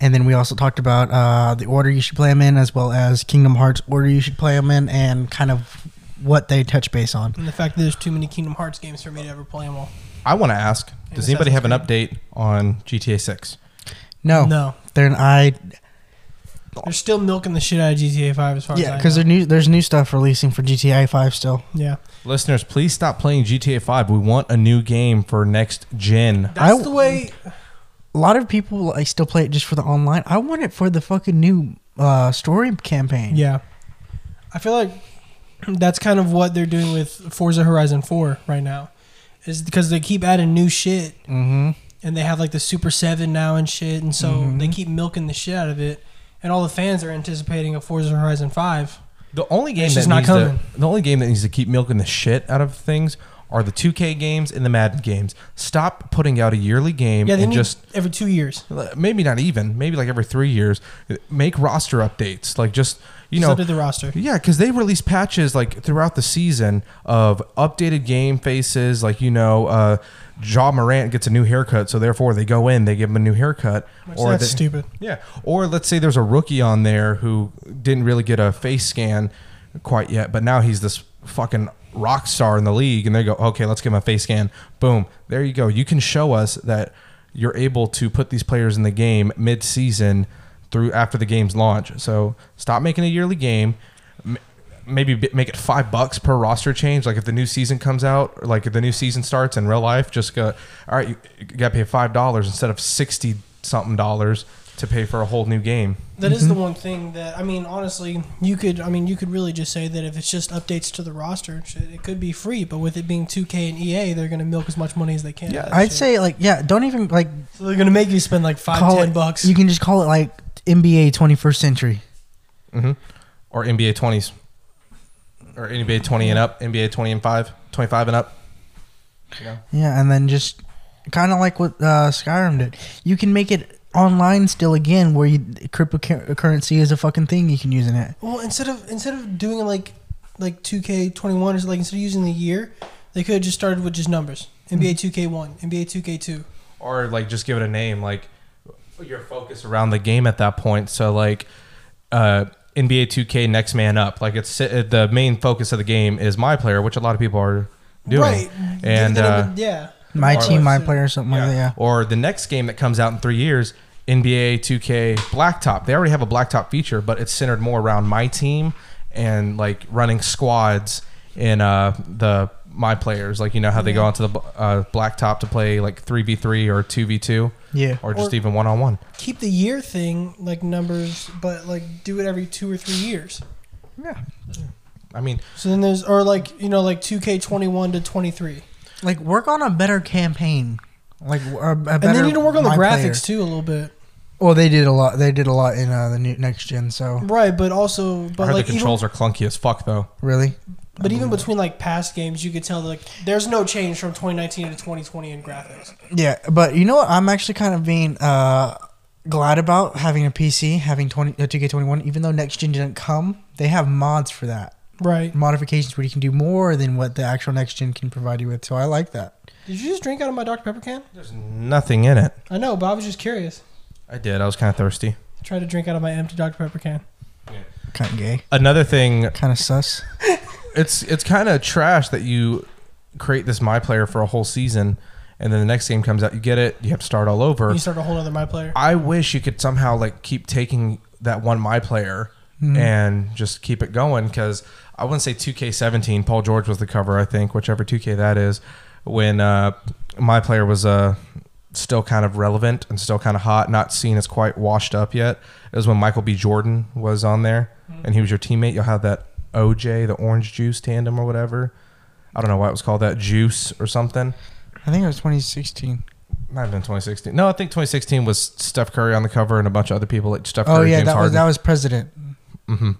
Speaker 2: and then we also talked about uh, the order you should play them in, as well as Kingdom Hearts order you should play them in, and kind of what they touch base on.
Speaker 1: And the fact that there's too many Kingdom Hearts games for me to ever play them all.
Speaker 3: I want to ask Does anybody
Speaker 1: Assassin's
Speaker 3: have an update on GTA 6?
Speaker 2: No,
Speaker 1: No,
Speaker 2: they're an I.
Speaker 1: they're still milking the shit out of GTA Five as far
Speaker 2: Yeah, because
Speaker 1: as I know.
Speaker 2: there's new. There's new stuff releasing for GTA 5 still.
Speaker 1: yeah.
Speaker 3: Listeners, please stop playing GTA 5. We want a new game for next gen.
Speaker 1: That's
Speaker 2: I-
Speaker 1: the way.
Speaker 2: A lot of people like still play it just for the online. I want it for the fucking new uh, story campaign.
Speaker 1: Yeah, I feel like that's kind of what they're doing with Forza Horizon Four right now, is because they keep adding new shit
Speaker 2: Mm-hmm.
Speaker 1: and they have like the Super Seven now and shit, and so
Speaker 3: Mm-hmm.
Speaker 1: they keep milking the shit out of it, and all the fans are anticipating a Forza Horizon Five.
Speaker 3: The only game
Speaker 1: It's
Speaker 3: that
Speaker 1: just not
Speaker 3: needs to-
Speaker 1: coming.
Speaker 3: the only game that needs to keep milking the shit out of things are the 2K games and the Madden games. Stop putting out a yearly game
Speaker 1: Yeah, they
Speaker 3: and
Speaker 1: need
Speaker 3: just
Speaker 1: every two years.
Speaker 3: maybe not even maybe like every three years make roster updates like just you know
Speaker 1: Just update the roster.
Speaker 3: yeah because they release patches like throughout the season of updated game faces like you know uh Ja Morant gets a new haircut so therefore they go in they give him a new haircut
Speaker 1: Which that's
Speaker 3: they-
Speaker 1: stupid.
Speaker 3: yeah or let's say there's a rookie on there who didn't really get a face scan quite yet but now he's this fucking rock star in the league and they go okay let's give him a face scan boom there you go you can show us that you're able to put these players in the game mid-season through after the game's launch so stop making a yearly game M- maybe b- make it five bucks per roster change like if the new season comes out or like if the new season starts in real life just go all right you, you gotta pay five dollars instead of 60 something dollars to pay for a whole new game.
Speaker 1: That is the
Speaker 3: Mm-hmm.
Speaker 1: one thing that I mean. Honestly, you could. I mean, you could really just say that if it's just updates to the roster and shit, it could be free. But with it being 2K and EA, they're gonna milk as much money as they can.
Speaker 3: Yeah.
Speaker 1: out of that
Speaker 2: I'd
Speaker 1: shit.
Speaker 2: say like yeah, don't even like
Speaker 1: so they're gonna make you spend like five,
Speaker 2: call
Speaker 1: ten
Speaker 2: it
Speaker 1: bucks.
Speaker 2: You can just call it like NBA 21st century.
Speaker 3: Mm-hmm. Or NBA 20s. Or NBA 20 and up, NBA 20 and 5, 25 and up. You know?
Speaker 2: Yeah, and then just kind of like what uh, Skyrim did. You can make it online still again, where you cryptocurrency is a fucking thing you can use in it.
Speaker 1: Well, instead of instead of doing like like 2K21 is like instead of using the year, they could have just started with just numbers.
Speaker 3: Hmm.
Speaker 1: NBA 2K1, NBA 2K2.
Speaker 3: Or like just give it a name, like your focus around the game at that point. So like uh, NBA 2K next man up. Like it's uh, the main focus of the game is my player, which a lot of people are doing.
Speaker 1: Right.
Speaker 3: And
Speaker 1: Then it
Speaker 3: uh,
Speaker 1: would- yeah.
Speaker 2: My
Speaker 3: Or
Speaker 2: team, my
Speaker 1: like-
Speaker 2: player, or something like that. Yeah.
Speaker 3: Or the next game that comes out in three years, NBA 2K Blacktop. They already have a Blacktop feature, but it's centered more around my team and like running squads in uh, the my players. Like you know how they go onto the uh, Blacktop to play like three v three or two v two,
Speaker 2: Yeah.
Speaker 3: or just
Speaker 1: Or-
Speaker 3: even one on one.
Speaker 1: Keep the year thing like numbers, but like do it every two or three years.
Speaker 3: Yeah. I mean,
Speaker 1: So then there's or like you know like 2K21 to 23.
Speaker 2: Like work on a better campaign. Like w- a, a better.
Speaker 1: And they need to work on the
Speaker 2: my player.
Speaker 1: graphics too a little bit.
Speaker 2: Well, they did a lot. They did a lot in uh, the new, next gen. So
Speaker 1: Right, but also
Speaker 3: I
Speaker 1: but
Speaker 3: heard
Speaker 1: like
Speaker 3: the
Speaker 1: even,
Speaker 3: controls are clunky as fuck though.
Speaker 2: really,
Speaker 1: but even between like past games, you could tell like there's no change from 2019 to 2020 in graphics.
Speaker 2: yeah. But you know what? I'm actually kind of being uh, glad about having a PC, having 20, uh, 2K21. Even though next gen didn't come, they have mods for that.
Speaker 1: Right.
Speaker 2: modifications where you can do more than what the actual next gen can provide you with. So I like that.
Speaker 1: Did you just drink out of my Dr Pepper can?
Speaker 3: There's nothing in it.
Speaker 1: I know, but I was just curious.
Speaker 3: I did. I was kind of thirsty.
Speaker 1: I tried to drink out of my empty Dr Pepper can.
Speaker 2: Kind of gay,
Speaker 3: Another thing
Speaker 2: kind of sus.
Speaker 3: it's it's kind of trash that you create this my player for a whole season and then the next game comes out you get it you have to start all over
Speaker 1: You start a whole other my player.
Speaker 3: i wish you could somehow like keep taking that one my player
Speaker 2: Mm-hmm. Mm.
Speaker 3: and just keep it going because i wouldn't say 2k17 paul george was the cover i think whichever 2k that is when uh my player was uh still kind of relevant and still kind of hot not seen as quite washed up yet it was when michael b jordan was on there
Speaker 2: Mm-hmm.
Speaker 3: and he was your teammate you'll have that oj the orange juice tandem or whatever i don't know why it was called that juice or something
Speaker 2: I think it was 2016.
Speaker 3: might have been 2016. No, I think 2016 was Steph Curry on the cover and a bunch of other people like Steph Curry,
Speaker 2: oh yeah,
Speaker 3: James
Speaker 2: that was
Speaker 3: Harden.
Speaker 2: that was president
Speaker 3: hmm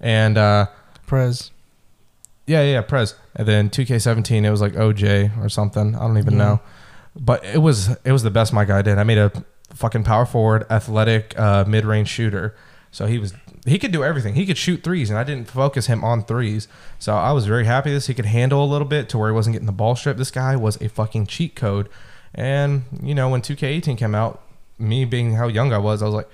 Speaker 3: And uh,
Speaker 2: Prez.
Speaker 3: yeah, yeah, yeah, Prez. And then 2K17, it was like OJ or something. I don't even
Speaker 2: Yeah.
Speaker 3: know. But it was it was the best my guy did. I made a fucking power forward, athletic, uh, mid range shooter. So he was he could do everything. He could shoot threes, and I didn't focus him on threes. So I was very happy this he could handle a little bit to where he wasn't getting the ball stripped. This guy was a fucking cheat code. And you know when 2K18 came out, me being how young I was, I was like,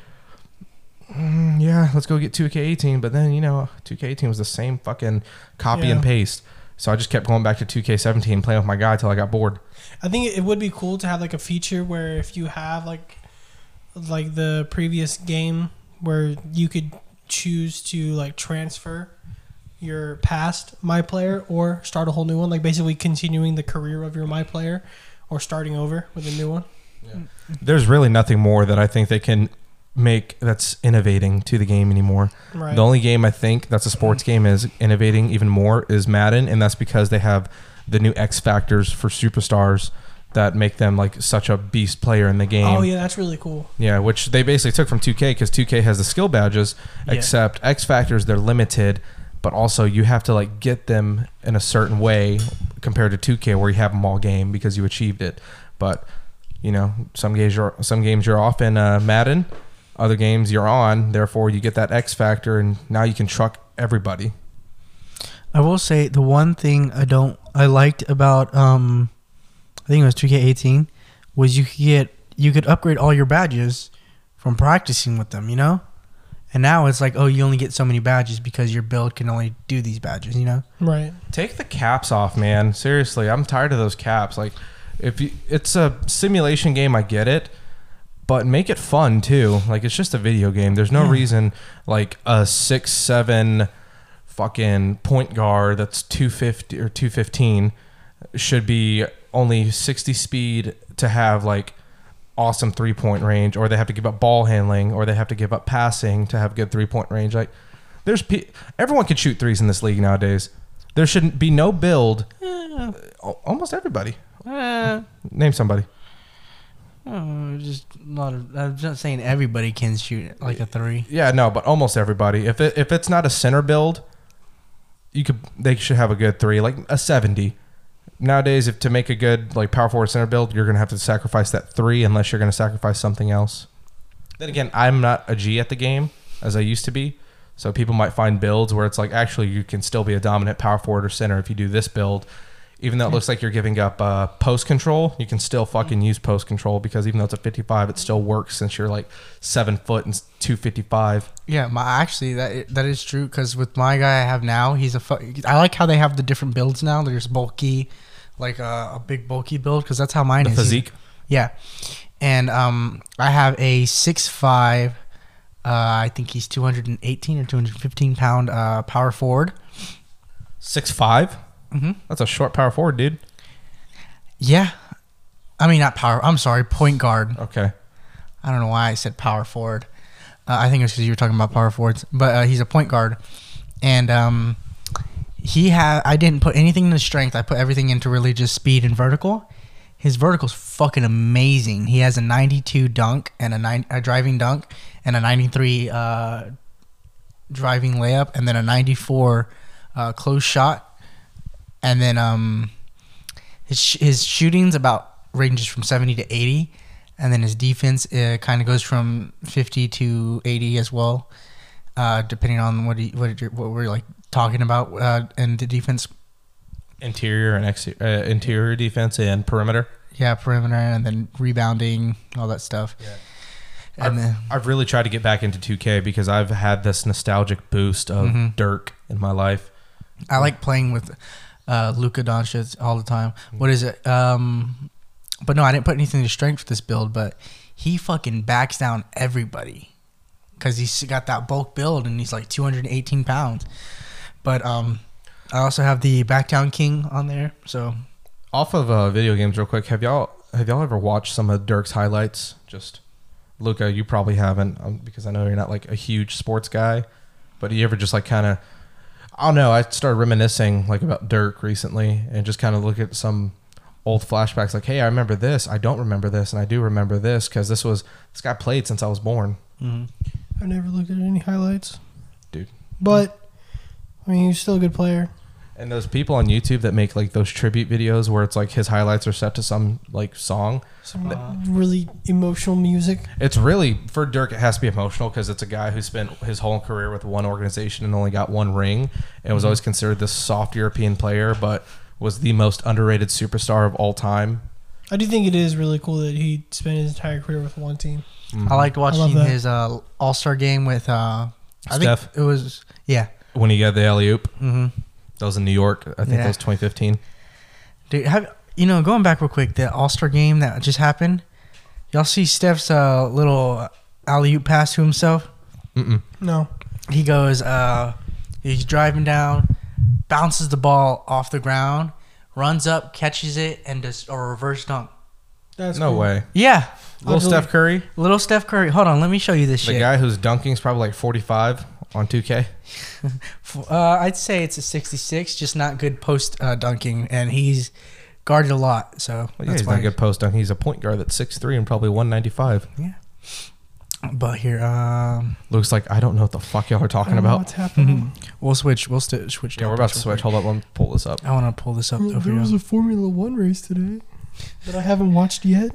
Speaker 3: "Mm, yeah, let's go get 2K18. But then you know 2K18 was the same fucking copy and
Speaker 1: Yeah.
Speaker 3: paste. So I just kept going back to 2K17 playing with my guy till I got bored.
Speaker 1: I think it would be cool to have like a feature where if you have like like the previous game where you could choose to like transfer your past my player or start a whole new one, like basically continuing the career of your my player or starting over with a new one.
Speaker 3: There's really nothing more that I think they can make that's innovating to the game anymore.
Speaker 1: Right.
Speaker 3: The only game I think that's a sports game is innovating even more is Madden, and that's because they have the new X factors for superstars that make them like such a beast player in the game.
Speaker 1: oh yeah, that's really cool.
Speaker 3: Yeah, which they basically took from 2K because 2K has the skill badges,
Speaker 1: Yeah.
Speaker 3: except X Factors, they're limited, but also you have to like get them in a certain way compared to 2K where you have them all game because you achieved it. But you know, some games you're some games you're off in uh, Madden, other games you're on. Therefore, you get that X Factor, and now you can truck everybody.
Speaker 2: I will say the one thing I don't I liked about um I think it was 2K18 was you could get you could upgrade all your badges from practicing with them, you know? And now it's like, oh, you only get so many badges because your build can only do these badges, you know?
Speaker 1: Right.
Speaker 3: Take the caps off, man. Seriously, I'm tired of those caps. Like, if you, it's a simulation game, I get it, but make it fun too. Like, it's just a video game. There's no reason like a six seven fucking point guard that's two fifty or two fifteen should be only sixty speed to have like awesome three point range, or they have to give up ball handling, or they have to give up passing to have good three point range. Like, there's pe- everyone can shoot threes in this league nowadays. There shouldn't be no build.
Speaker 2: Eh,
Speaker 3: Al- Almost everybody.
Speaker 2: Uh,
Speaker 3: Name somebody.
Speaker 2: oh, just a lot of. I'm not saying everybody can shoot like a three.
Speaker 3: Yeah, no, but almost everybody. If it, if it's not a center build, you could they should have a good three, like a seventy. Nowadays, if to make a good like power forward center build, you're gonna have to sacrifice that three unless you're gonna sacrifice something else. Then again, I'm not a G at the game as I used to be, so people might find builds where it's like actually you can still be a dominant power forward or center if you do this build. Even though it looks like you're giving up uh, post control, you can still fucking use post control because even though it's a 55, it still works since you're like seven foot and 255.
Speaker 2: Yeah, my actually that that is true because with my guy I have now, he's a. Fu- I like how they have the different builds now. There's bulky, like uh, a big bulky build because that's how mine
Speaker 3: The
Speaker 2: is. He's-
Speaker 3: physique.
Speaker 2: Yeah, and um, I have a six five. Uh, I think he's 218 or 215 pound uh, power forward.
Speaker 3: Six five.
Speaker 2: Mhm.
Speaker 3: That's a short power forward, dude.
Speaker 2: Yeah, I mean not power. I'm sorry, point guard.
Speaker 3: Okay.
Speaker 2: I don't know why I said power forward. Uh, I think it's because you were talking about power forwards, but uh, he's a point guard, and um, he had. I didn't put anything into strength. I put everything into really just speed and vertical. His vertical's fucking amazing. He has a 92 dunk and a, nine, a driving dunk and a 93 uh, driving layup and then a 94 uh, close shot, and then um, his sh- his shooting's about ranges from 70 to 80 and then his defense uh, kind of goes from 50 to 80 as well uh, depending on what he, what, you're, what we're like talking about uh, and the defense
Speaker 3: Interior and ex- uh, interior defense and perimeter.
Speaker 2: yeah perimeter and then rebounding all that stuff yeah. and then
Speaker 3: I've really tried to get back into 2K because I've had this nostalgic boost of Dirk in my life.
Speaker 2: I like playing with uh, Luka Doncic all the time. What is it? Um, but no, I didn't put anything to strength for this build, but he fucking backs down everybody because he's got that bulk build and he's like 218 pounds. But um, I also have the Backdown King on there, so
Speaker 3: Off of uh, video games, real quick. Have y'all have y'all ever watched some of Dirk's highlights? Just Luca, you probably haven't um, because I know you're not like a huge sports guy. But you ever just like kind of I don't know. I started reminiscing like about Dirk recently and just kind of look at some old flashbacks like, hey, I remember this. I don't remember this. And I do remember this because this was, this guy played since I was born.
Speaker 1: I've never looked at any highlights.
Speaker 3: Dude.
Speaker 1: But, I mean, he's still a good player.
Speaker 3: And those people on YouTube that make like those tribute videos where it's like his highlights are set to some like song.
Speaker 1: Some
Speaker 3: Uh-huh.
Speaker 1: really emotional music.
Speaker 3: It's really, for Dirk, it has to be emotional because it's a guy who spent his whole career with one organization and only got one ring and
Speaker 1: Mm-hmm.
Speaker 3: was always considered this soft European player, but was the most underrated superstar of all time.
Speaker 1: I do think it is really cool that he spent his entire career with one team.
Speaker 2: I liked watching
Speaker 1: that.
Speaker 2: his uh, All Star game with. Uh, I
Speaker 3: Steph?
Speaker 2: think it was yeah.
Speaker 3: When he got the alley oop.
Speaker 2: Mm-hmm.
Speaker 3: That was in New York. I think
Speaker 2: Yeah.
Speaker 3: that was 2015.
Speaker 2: Dude, have you know going back real quick the All Star game that just happened? Y'all see Steph's uh, little alley oop pass to himself?
Speaker 3: Mm-mm.
Speaker 1: No.
Speaker 2: He goes, uh, he's driving down, bounces the ball off the ground, runs up, catches it, and does a reverse dunk.
Speaker 1: That's
Speaker 3: No
Speaker 1: cool.
Speaker 3: way.
Speaker 2: Yeah,
Speaker 3: Little
Speaker 1: believe-
Speaker 3: Steph Curry,
Speaker 2: little Steph Curry. Hold on, let me show you this
Speaker 3: the
Speaker 2: shit.
Speaker 3: guy who's dunking is probably like 45 on 2K.
Speaker 2: F- Uh, I'd say it's a 66, just not good post uh, dunking, and he's guarded a lot. So
Speaker 3: Well, yeah,
Speaker 2: that's
Speaker 3: he's
Speaker 2: why.
Speaker 3: not a good post dunk. He's a point guard that's 6'3 and probably 195.
Speaker 2: But here, um,
Speaker 3: Looks like I don't know what the fuck y'all are
Speaker 1: I don't
Speaker 3: talking
Speaker 1: know
Speaker 3: about.
Speaker 1: what's happening.
Speaker 2: we'll switch. We'll st- switch.
Speaker 3: Yeah, we're about
Speaker 2: topics
Speaker 3: to
Speaker 2: real
Speaker 3: switch.
Speaker 2: quick.
Speaker 3: Hold up, let me pull this up.
Speaker 2: I want to pull this up
Speaker 1: Well,
Speaker 2: over
Speaker 1: there was
Speaker 2: here.
Speaker 1: a Formula One race today that I haven't watched yet.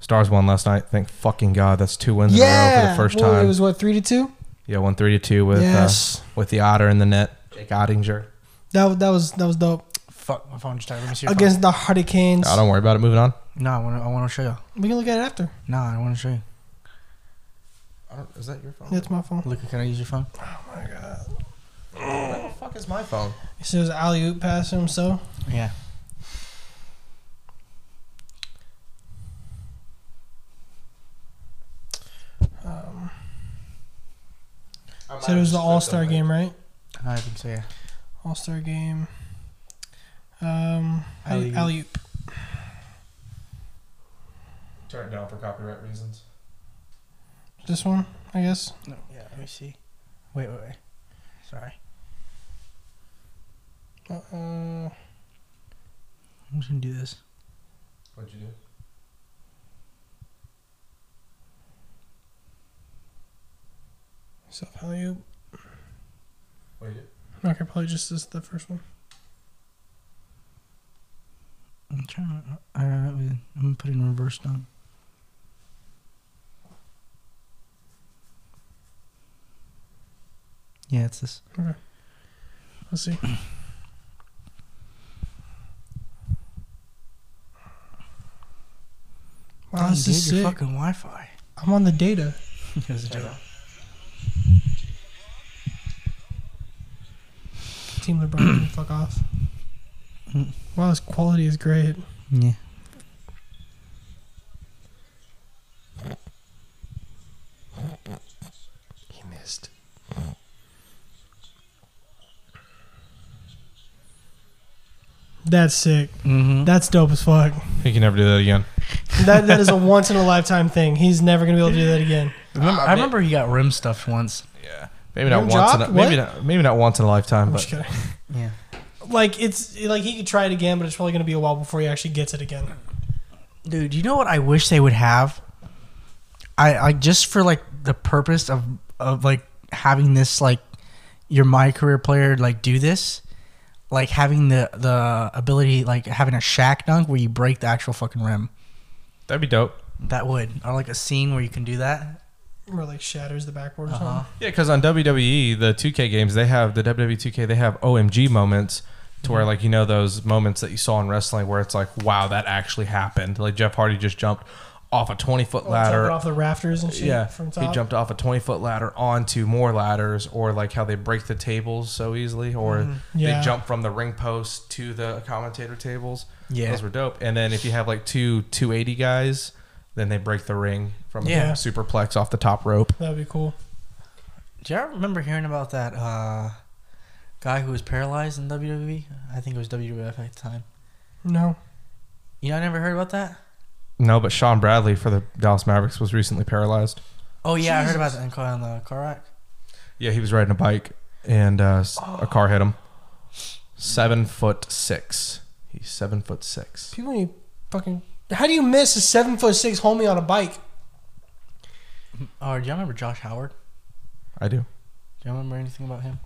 Speaker 3: Stars won last night. Thank fucking God. That's two wins in a row for the first
Speaker 1: Well,
Speaker 3: time.
Speaker 1: It was what three to two.
Speaker 3: yeah, one three to two with
Speaker 1: yes,
Speaker 3: uh, with the otter in the net. Jake Ottinger.
Speaker 1: that that was that was dope
Speaker 2: Fuck, my phone just died. Let me see. Your phone.
Speaker 1: against the Hurricanes.
Speaker 3: Oh, don't worry about it. Moving on.
Speaker 2: No, I want to. I want to show you.
Speaker 1: We can look at it after.
Speaker 2: No, I want to show you.
Speaker 3: I don't- Is that your phone?
Speaker 1: That's my phone. Oh
Speaker 2: Luca, can I use your phone?
Speaker 3: What the fuck is my phone?
Speaker 1: He says alley oop pass him. So
Speaker 2: Yeah.
Speaker 1: um, said it was the All Star game, right?
Speaker 2: I think so. Yeah.
Speaker 1: All Star game. Um,
Speaker 2: Alley-oop.
Speaker 1: alley oop.
Speaker 3: Turn it down for copyright reasons.
Speaker 1: This one, I guess.
Speaker 2: No, yeah, let me see. Wait, wait, wait. Sorry. Uh-uh.
Speaker 1: Uh,
Speaker 2: I'm just gonna do this.
Speaker 3: What'd you do?
Speaker 1: self value.
Speaker 3: What did you
Speaker 1: Okay, probably just this the first one.
Speaker 2: I'm trying. To, I don't know. I'm gonna put it in reverse now. Yeah, it's this.
Speaker 1: Let's see. Wow,
Speaker 2: Dang,
Speaker 1: this is
Speaker 2: dude, your
Speaker 1: sick.
Speaker 2: fucking Wi-Fi.
Speaker 1: I'm on the data. Team LeBron, fuck off.
Speaker 2: Mm.
Speaker 1: Wow, this quality is great.
Speaker 2: yeah.
Speaker 1: He missed. That's sick.
Speaker 2: Mm-hmm.
Speaker 1: That's dope as fuck.
Speaker 3: do? He can never do that again.
Speaker 1: That that is a once in a lifetime thing. He's never gonna be able to do that again.
Speaker 2: remember,
Speaker 3: Ah,
Speaker 2: I
Speaker 3: man.
Speaker 2: remember he got rim stuffed once.
Speaker 3: Yeah. Maybe not
Speaker 1: Rim
Speaker 3: once. In a,
Speaker 1: job?
Speaker 3: maybe not. Maybe not once in a lifetime.
Speaker 1: I'm
Speaker 3: But
Speaker 1: just kidding.
Speaker 2: Yeah.
Speaker 1: Like it's like he could try it again, but it's probably gonna be a while before he actually gets it again.
Speaker 2: Dude, you know what I wish they would have? I like just for like the purpose of of like having this like your my career player like do this, like having the the ability like having a shack dunk where you break the actual fucking rim.
Speaker 3: that'd be dope.
Speaker 2: That would or like a scene where you can do that.
Speaker 1: Or like shatters the backboard or
Speaker 2: Uh-huh.
Speaker 1: something.
Speaker 3: Yeah, because on WWE, the 2K games, they have the WWE 2K, they have OMG moments to
Speaker 1: Mm-hmm.
Speaker 3: where, like, you know, those moments that you saw in wrestling where it's like, wow, that actually happened. Like, Jeff Hardy just jumped off a 20 foot
Speaker 1: Or jumping
Speaker 3: ladder.
Speaker 1: Oh, off the rafters and shit
Speaker 3: yeah,
Speaker 1: from
Speaker 3: he
Speaker 1: top.
Speaker 3: jumped off a 20 foot ladder onto more ladders, or like how they break the tables so easily, or
Speaker 1: Mm-hmm. Yeah.
Speaker 3: they jump from the ring post to the commentator tables.
Speaker 2: Yeah.
Speaker 3: Those were dope. And then if you have like two 280 guys, then they break the ring from
Speaker 1: Yeah.
Speaker 3: a superplex off the top rope.
Speaker 1: That'd be cool.
Speaker 2: Do y'all remember hearing about that uh guy who was paralyzed in WWE? I think it was WWF at the time.
Speaker 1: No.
Speaker 2: You know, I never heard about that.
Speaker 3: No, but Sean Bradley for the Dallas Mavericks was recently paralyzed.
Speaker 2: Oh yeah, I heard about
Speaker 1: Jesus.
Speaker 2: that in car on the car wreck.
Speaker 3: Yeah, he was riding a bike and uh, s- a car hit him. Seven foot six. He's seven foot six.
Speaker 1: People need fucking how do you miss a seven foot six homie on a bike?
Speaker 2: Oh, do y'all remember Josh Howard?
Speaker 3: I do.
Speaker 2: Do you remember anything about him?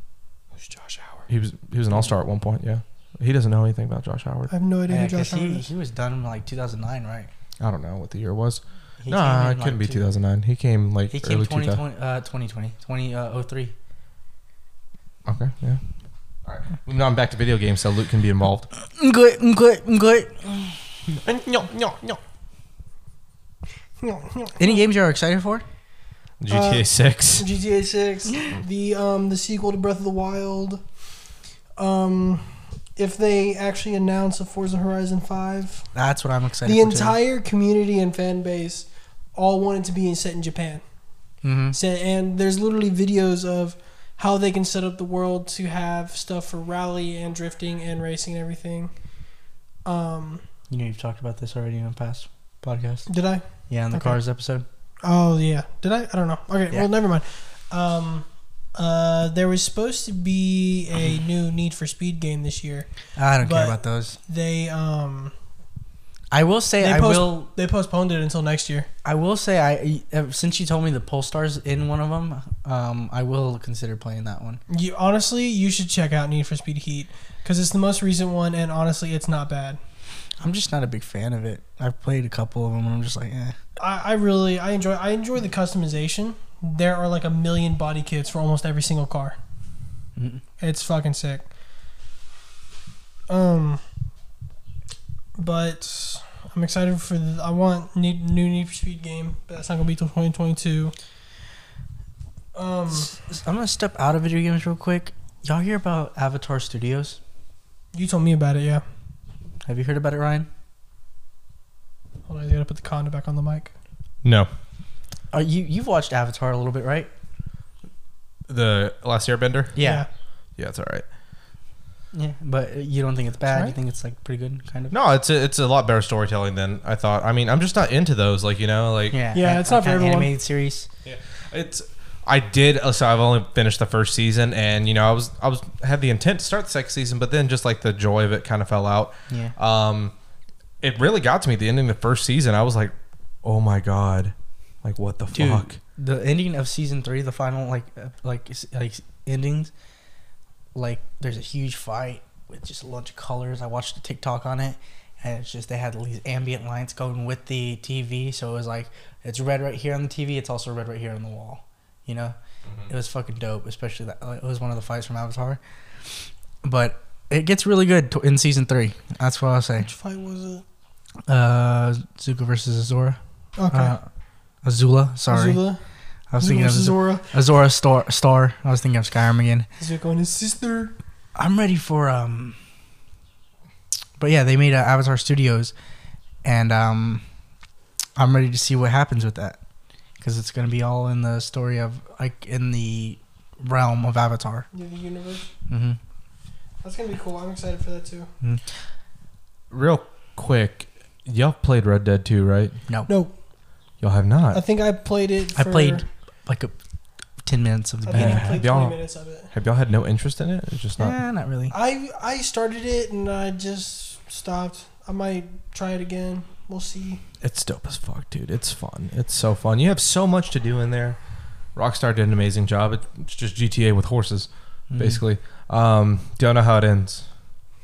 Speaker 1: Who's Josh Howard?
Speaker 3: He was he was an all star at one point. Yeah, he doesn't know anything about Josh Howard.
Speaker 1: I have no idea
Speaker 2: Yeah,
Speaker 1: who
Speaker 2: because
Speaker 1: Josh Howard
Speaker 2: he,
Speaker 1: is.
Speaker 2: he was done in like 2009, right?
Speaker 3: I don't know what the year it was.
Speaker 2: He
Speaker 3: no,
Speaker 2: came in,
Speaker 3: it
Speaker 2: like,
Speaker 3: couldn't be
Speaker 2: two-
Speaker 3: 2009. He came like
Speaker 2: He came
Speaker 3: early 2000.
Speaker 2: 2020, uh, 2020, 2003.
Speaker 3: Okay, yeah. All right, moving on back to video games so Luke can be involved.
Speaker 2: Uh, Good, good, good.
Speaker 3: no, no, no.
Speaker 2: Any games you're excited for?
Speaker 3: GTA
Speaker 1: Uh,
Speaker 3: Six.
Speaker 1: GTA Six, the um the sequel to Breath of the Wild. Um, if they actually announce a Forza Horizon Five,
Speaker 2: That's what I'm excited
Speaker 1: the
Speaker 2: for.
Speaker 1: entire community and fan base all wanted to be set in Japan.
Speaker 2: hmm
Speaker 1: Sa- And there's literally videos of how they can set up the world to have stuff for rally and drifting and racing and everything. Um,
Speaker 2: You know, you've talked about this already in a past podcast.
Speaker 1: did I?
Speaker 2: Yeah, in the
Speaker 1: Okay.
Speaker 2: Cars episode.
Speaker 1: Oh yeah. Did I? I don't know. Okay.
Speaker 2: Yeah.
Speaker 1: Well, never mind. Um, uh, there was supposed to be a new Need for Speed game this year.
Speaker 2: I don't care
Speaker 1: But-
Speaker 2: about those.
Speaker 1: They um
Speaker 2: I will say,
Speaker 1: they
Speaker 2: I
Speaker 1: post-
Speaker 2: will.
Speaker 1: they postponed it until next year.
Speaker 2: I will say, I uh, since you told me the Polestar's in one of them, um, I will consider playing that one.
Speaker 1: You honestly, you should check out Need for Speed Heat because it's the most recent one, and honestly, it's not bad.
Speaker 2: I'm just not a big fan of it. I've played a couple of them, and I'm just like, eh.
Speaker 1: I, I really I enjoy I enjoy the customization. There are like a million body kits for almost every single car.
Speaker 2: Mm.
Speaker 1: It's fucking sick. Um, but I'm excited for the, I want need, new Need for Speed game, but that's not gonna be till 2022. Um,
Speaker 2: I'm gonna step out of video games real quick. Y'all hear about Avatar Studios?
Speaker 1: you told me about it, yeah.
Speaker 2: Have you heard about it, Ryan?
Speaker 1: Hold on, I gotta put the conda back on the mic.
Speaker 3: No,
Speaker 2: Are Uh, you you've watched Avatar a little bit, right?
Speaker 3: the Last Airbender.
Speaker 1: Yeah.
Speaker 3: Yeah, it's all right.
Speaker 2: Yeah, but uh, you don't think it's bad. You
Speaker 1: right.
Speaker 2: think it's like pretty good, kind of.
Speaker 5: No, it's a, it's a lot better storytelling than I thought. I mean, I'm just not into those. Like you know, like
Speaker 2: Yeah,
Speaker 1: Yeah,
Speaker 2: an-
Speaker 1: it's not for
Speaker 2: an
Speaker 1: everyone.
Speaker 2: Animated series.
Speaker 5: It's I did uh, so I've only finished the first season and you know I was I was had the intent to start the second season but then just like the joy of it kind of fell out.
Speaker 2: Yeah.
Speaker 5: Um it really got to me at the ending of the first season. I was like, "Oh my god. Like what the
Speaker 2: Dude,
Speaker 5: fuck?"
Speaker 2: the ending of season three, the final like uh, like s- like endings, like there's a huge fight with just a bunch of colors. I watched a TikTok on it, and it's just they had these ambient lights going with the TV, so it was like it's red right here on the TV. It's also red right here on the wall. You know, it was fucking dope. Especially that like, it was one of the fights from Avatar, but it gets really good to in season three. That's what I'll say.
Speaker 1: Which fight was it?
Speaker 2: Uh, Zuko versus Azora.
Speaker 1: Okay.
Speaker 2: Uh, Azula, sorry.
Speaker 1: Azula.
Speaker 2: I was thinking of Azula.
Speaker 1: Zora.
Speaker 2: Azora Star. Star. I was thinking of Skyrim again.
Speaker 1: Zuko and his sister.
Speaker 2: I'm ready for um. But yeah, they made uh, Avatar Studios, and um, I'm ready to see what happens with that, because it's gonna be all in the story of like in the realm of Avatar.
Speaker 1: The universe.
Speaker 2: Mm-hmm.
Speaker 1: That's gonna be cool. I'm excited for that too.
Speaker 3: Real quick, y'all played Red Dead 2, right?
Speaker 1: No,
Speaker 3: Y'all have
Speaker 1: I
Speaker 3: not.
Speaker 1: think I played it. For,
Speaker 2: I played like a, ten minutes of the
Speaker 1: I think
Speaker 2: beginning.
Speaker 1: I played
Speaker 3: Yeah.
Speaker 1: twenty minutes of it.
Speaker 3: Have y'all had no interest in it? It's just not.
Speaker 2: Eh, not really.
Speaker 1: I I started it and I just stopped. I might try it again. We'll see.
Speaker 3: It's dope as fuck, dude. It's fun. It's so fun. You have so much to do in there. Rockstar did an amazing job. It's just GTA with horses,
Speaker 1: Mm-hmm.
Speaker 2: Mhm.
Speaker 3: basically. Um, don't know how it ends.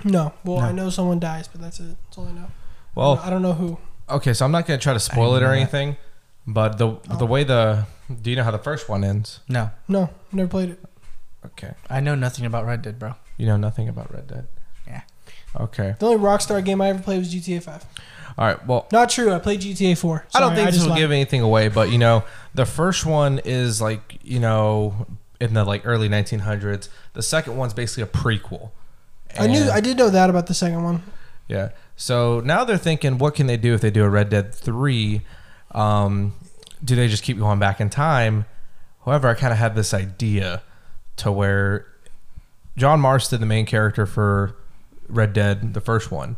Speaker 1: No. Well,
Speaker 2: No.
Speaker 1: I know someone dies, but that's it. That's all I know.
Speaker 3: Well,
Speaker 1: I don't know who.
Speaker 3: Okay, so I'm not gonna try to spoil it
Speaker 2: didn't
Speaker 3: or
Speaker 2: know that.
Speaker 3: anything, but the
Speaker 1: Oh.
Speaker 3: the way the do you know how the first one ends?
Speaker 2: Mm-hmm. No,
Speaker 1: No, never played it.
Speaker 3: Okay,
Speaker 2: I know nothing about Red Dead, bro.
Speaker 3: you know nothing about Red Dead.
Speaker 2: Yeah.
Speaker 3: Okay.
Speaker 1: The only Rockstar game I ever played was GTA Five.
Speaker 3: All right. Well,
Speaker 1: Not true. I played GTA Four.
Speaker 3: I don't
Speaker 1: Sorry,
Speaker 3: think this
Speaker 1: just
Speaker 3: will
Speaker 1: lied.
Speaker 3: give anything away, but you know, the first one is like you know in the like early 1900s. The second one's basically a prequel.
Speaker 1: I knew.
Speaker 3: And-
Speaker 1: I did know that about the second one.
Speaker 3: Yeah. So now they're thinking, what can they do if they do a Red Dead Three? Um, do they just keep going back in time? However, I kind of had this idea to where John Marston, the main character for Red Dead, the first one,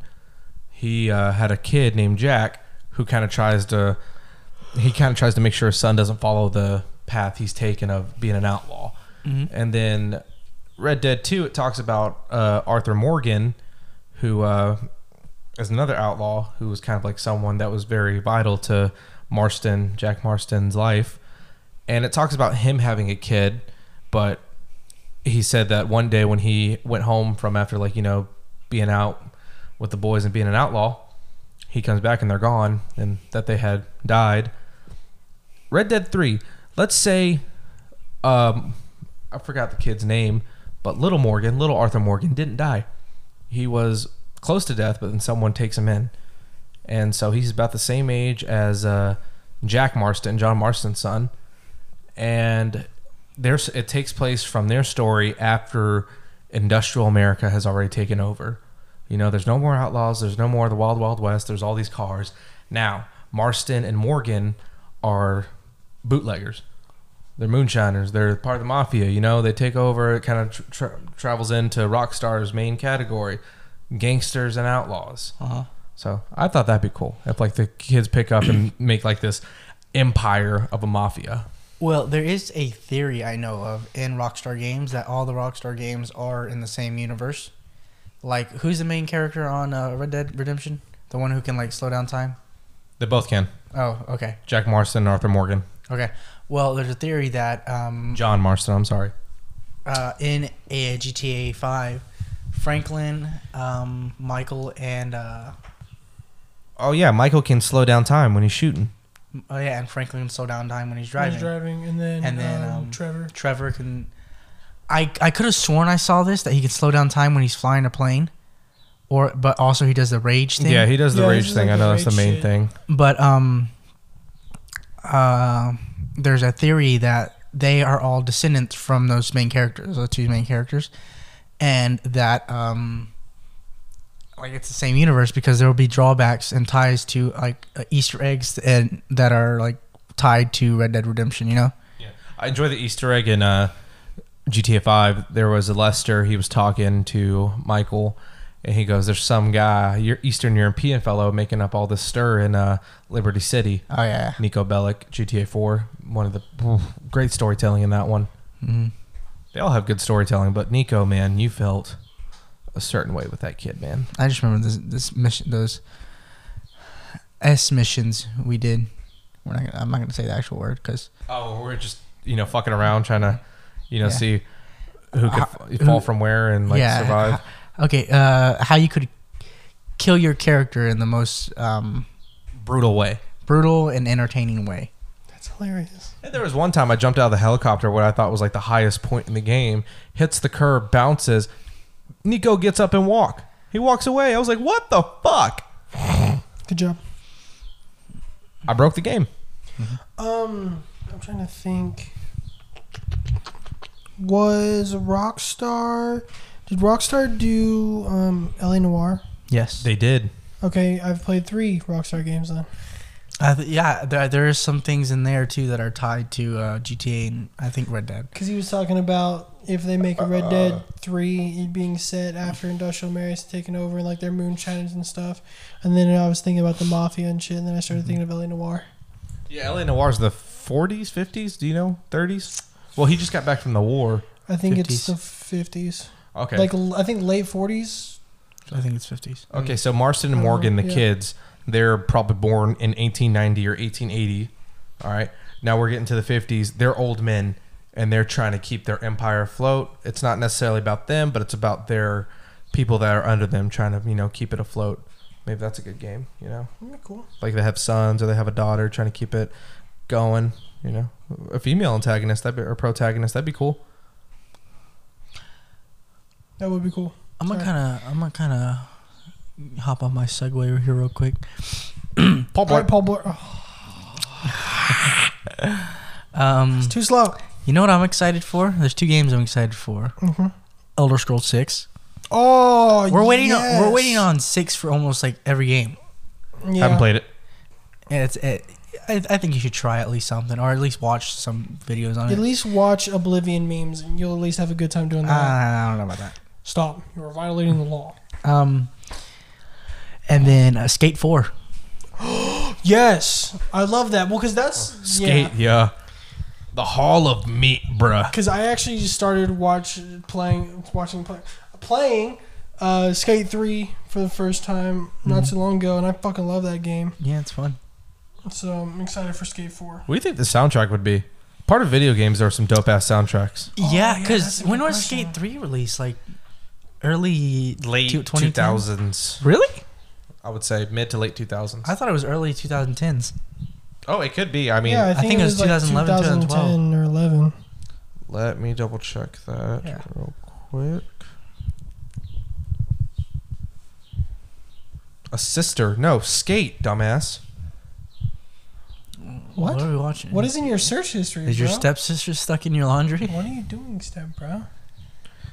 Speaker 3: he uh, had a kid named Jack who kind of tries to he kind of tries to make sure his son doesn't follow the path he's taken of being an outlaw. And then Red Dead 2, it talks about uh, Arthur Morgan, who uh, is another outlaw who was kind of like someone that was very vital to Marston, Jack Marston's life. And it talks about him having a kid, but he said that one day when he went home from after, like, you know, being out with the boys and being an outlaw, he comes back and they're gone and that they had died. Red Dead 3, let's say um, I forgot the kid's name, but little Morgan, little Arthur Morgan, didn't die. He was close to death, but then someone takes him in, and so he's about the same age as uh, Jack Marston, John Marston's son, and there's it takes place from their story after industrial America has already taken over. You know, there's no more outlaws, there's no more the Wild Wild West, there's all these cars. Now, Marston and Morgan are bootleggers they're moonshiners. They're part of the mafia. You know, they take over. It kind of tr tra- travels into Rockstar's main category, gangsters and outlaws.
Speaker 2: Uh-huh.
Speaker 3: So I thought that'd be cool if like the kids pick up and make like this empire of a mafia.
Speaker 2: Well, there is a theory I know of in Rockstar games that all the Rockstar games are in the same universe. Like, who's the main character on uh, Red Dead Redemption? The one who can like slow down time.
Speaker 3: They both can.
Speaker 2: Oh, okay,
Speaker 3: Jack Marston, and Arthur Morgan,
Speaker 2: okay. Well, there's a theory that um,
Speaker 3: John Marston. I'm sorry.
Speaker 2: uh, in a GTA Five, Franklin, um, Michael, and uh,
Speaker 3: Oh yeah, Michael can slow down time when he's shooting.
Speaker 2: m- oh yeah, and Franklin slow down time when he's
Speaker 1: Driving.
Speaker 2: driving.
Speaker 1: He's driving, and then
Speaker 2: And then,
Speaker 1: um,
Speaker 2: um,
Speaker 1: Trevor.
Speaker 2: Trevor can. I I could have sworn I saw this that he could slow down time when he's flying a plane, or but also he does the rage thing.
Speaker 3: Yeah, he does the
Speaker 1: Yeah, he
Speaker 3: rage
Speaker 1: does,
Speaker 3: thing.
Speaker 1: like,
Speaker 3: I
Speaker 1: the
Speaker 3: know that's the
Speaker 1: rage
Speaker 3: main
Speaker 1: shit.
Speaker 3: thing.
Speaker 2: But um, uh, there's a theory that they are all descendants from those main characters, those two main characters, and that um, like it's the same universe because there will be drawbacks and ties to like uh, Easter eggs and that are like tied to Red Dead Redemption. You know?
Speaker 3: I enjoy the Easter egg in uh, GTA Five, there was a Lester. He was talking to Michael, and he goes, "There's some guy, your Eastern European fellow, making up all this stir in uh, Liberty City."
Speaker 2: Oh yeah.
Speaker 3: Nico Bellic, GTA Four, one of the oof, great storytelling in that one.
Speaker 2: Mhm.
Speaker 3: They all have good storytelling, but Nico, man, you felt a certain way with that kid, man.
Speaker 2: I just remember this this mission those S missions we did. We're not. Gonna, I'm not gonna say the actual word because
Speaker 3: Oh, we're just you know fucking around trying to, you know,
Speaker 2: Yeah.
Speaker 3: see who could
Speaker 2: Uh,
Speaker 3: f- fall from where and like
Speaker 2: yeah.
Speaker 3: survive.
Speaker 2: h- Okay. Uh, how you could kill your character in the most um,
Speaker 3: brutal way.
Speaker 2: brutal and entertaining way.
Speaker 1: That's hilarious.
Speaker 3: And there was one time I jumped out of the helicopter, what I thought was like the highest point in the game, hits the curb, bounces. Nico gets up and walk. He walks away. I was like, "What the fuck?"
Speaker 1: Good job.
Speaker 3: I broke the game.
Speaker 1: Um, I'm trying to think. Was Rockstar? Did Rockstar do um, LA Noir?
Speaker 2: Yes.
Speaker 3: They did.
Speaker 1: Okay, I've played three Rockstar games then.
Speaker 2: I th- yeah. There, there is some things in there too that are tied to uh, GTA and I think Red Dead.
Speaker 1: Because he was talking about if they make a Red Dead 3 it being set after Industrial Mario's taken over and like their moonshiners and stuff. And then I was thinking about the Mafia and shit. And then I started thinking of LA Noir.
Speaker 3: Yeah, LA Noir's the 40s, 50s. Do you know 30s? Well, he just got back from the war.
Speaker 1: I think it's the 50s.
Speaker 3: Okay.
Speaker 1: Like, l- I think late 40s.
Speaker 2: I think it's fifties.
Speaker 3: okay, so Marston and
Speaker 1: Oh,
Speaker 3: Morgan, the
Speaker 1: yeah.
Speaker 3: kids, they're probably born in 1890 or 1880. All right. Now we're getting to the 50s. They're old men and they're trying to keep their empire afloat. It's not necessarily about them, but it's about their people that are under them trying to, you know, keep it afloat. Maybe that's a good game, you know?
Speaker 1: That'd be cool.
Speaker 3: Like they have sons or they have a daughter trying to keep it going, you know? A female antagonist that'd be, or protagonist, that'd be cool.
Speaker 1: That would be cool.
Speaker 2: I'm gonna
Speaker 1: Sorry.
Speaker 2: kind of. I'm gonna kind of hop on my segue here real quick.
Speaker 3: Paul
Speaker 1: All right, Paul Blart. Oh,
Speaker 2: Um,
Speaker 1: it's too slow.
Speaker 2: you know what I'm excited for? There's two games I'm excited for.
Speaker 1: Mhm.
Speaker 2: Elder Scrolls Six.
Speaker 1: Oh,
Speaker 2: We're waiting on. We're
Speaker 1: yes.
Speaker 2: waiting on six for almost like every game.
Speaker 1: Yeah.
Speaker 3: Haven't played it.
Speaker 2: And it's. It, I, I think you should try at least something, or at least watch some videos on
Speaker 1: At
Speaker 2: it.
Speaker 1: least watch Oblivion memes and you'll at least have a good time doing
Speaker 2: Uh,
Speaker 1: that.
Speaker 2: I don't know about that.
Speaker 1: Stop. You're violating the law.
Speaker 2: Um, and then uh, Skate Four.
Speaker 1: Yes. I love that. Well, because that's. yeah.
Speaker 3: Skate, yeah. The Hall of Meat, bruh.
Speaker 1: because I actually just started watch playing watching play, playing uh, Skate Three for the first time not too long ago, and I fucking love that game.
Speaker 2: Yeah, it's fun.
Speaker 1: So I'm excited for Skate Four.
Speaker 3: What do you think the soundtrack would be? Part of video games are some dope ass soundtracks.
Speaker 1: Oh,
Speaker 2: yeah,
Speaker 1: yeah,
Speaker 2: because
Speaker 1: that's a good
Speaker 2: when was
Speaker 1: question.
Speaker 2: Skate Three released? Like early
Speaker 3: Late
Speaker 2: two-
Speaker 3: 2010?
Speaker 2: 2010?
Speaker 3: 2000s,
Speaker 2: Really?
Speaker 3: I would say mid to late 2000s.
Speaker 2: I thought it was early 2010s.
Speaker 3: oh, it could be. I mean,
Speaker 1: yeah, I think, it was,
Speaker 2: 2011,
Speaker 1: like 2011, 2010 or 11.
Speaker 3: let me double check that
Speaker 2: Yeah.
Speaker 3: real quick. A sister? No, skate, dumbass.
Speaker 1: What?
Speaker 2: are we watching?
Speaker 1: What is in your search history?
Speaker 2: Is your
Speaker 1: bro?
Speaker 2: stepsister stuck in your laundry?
Speaker 1: What are you doing, step bro?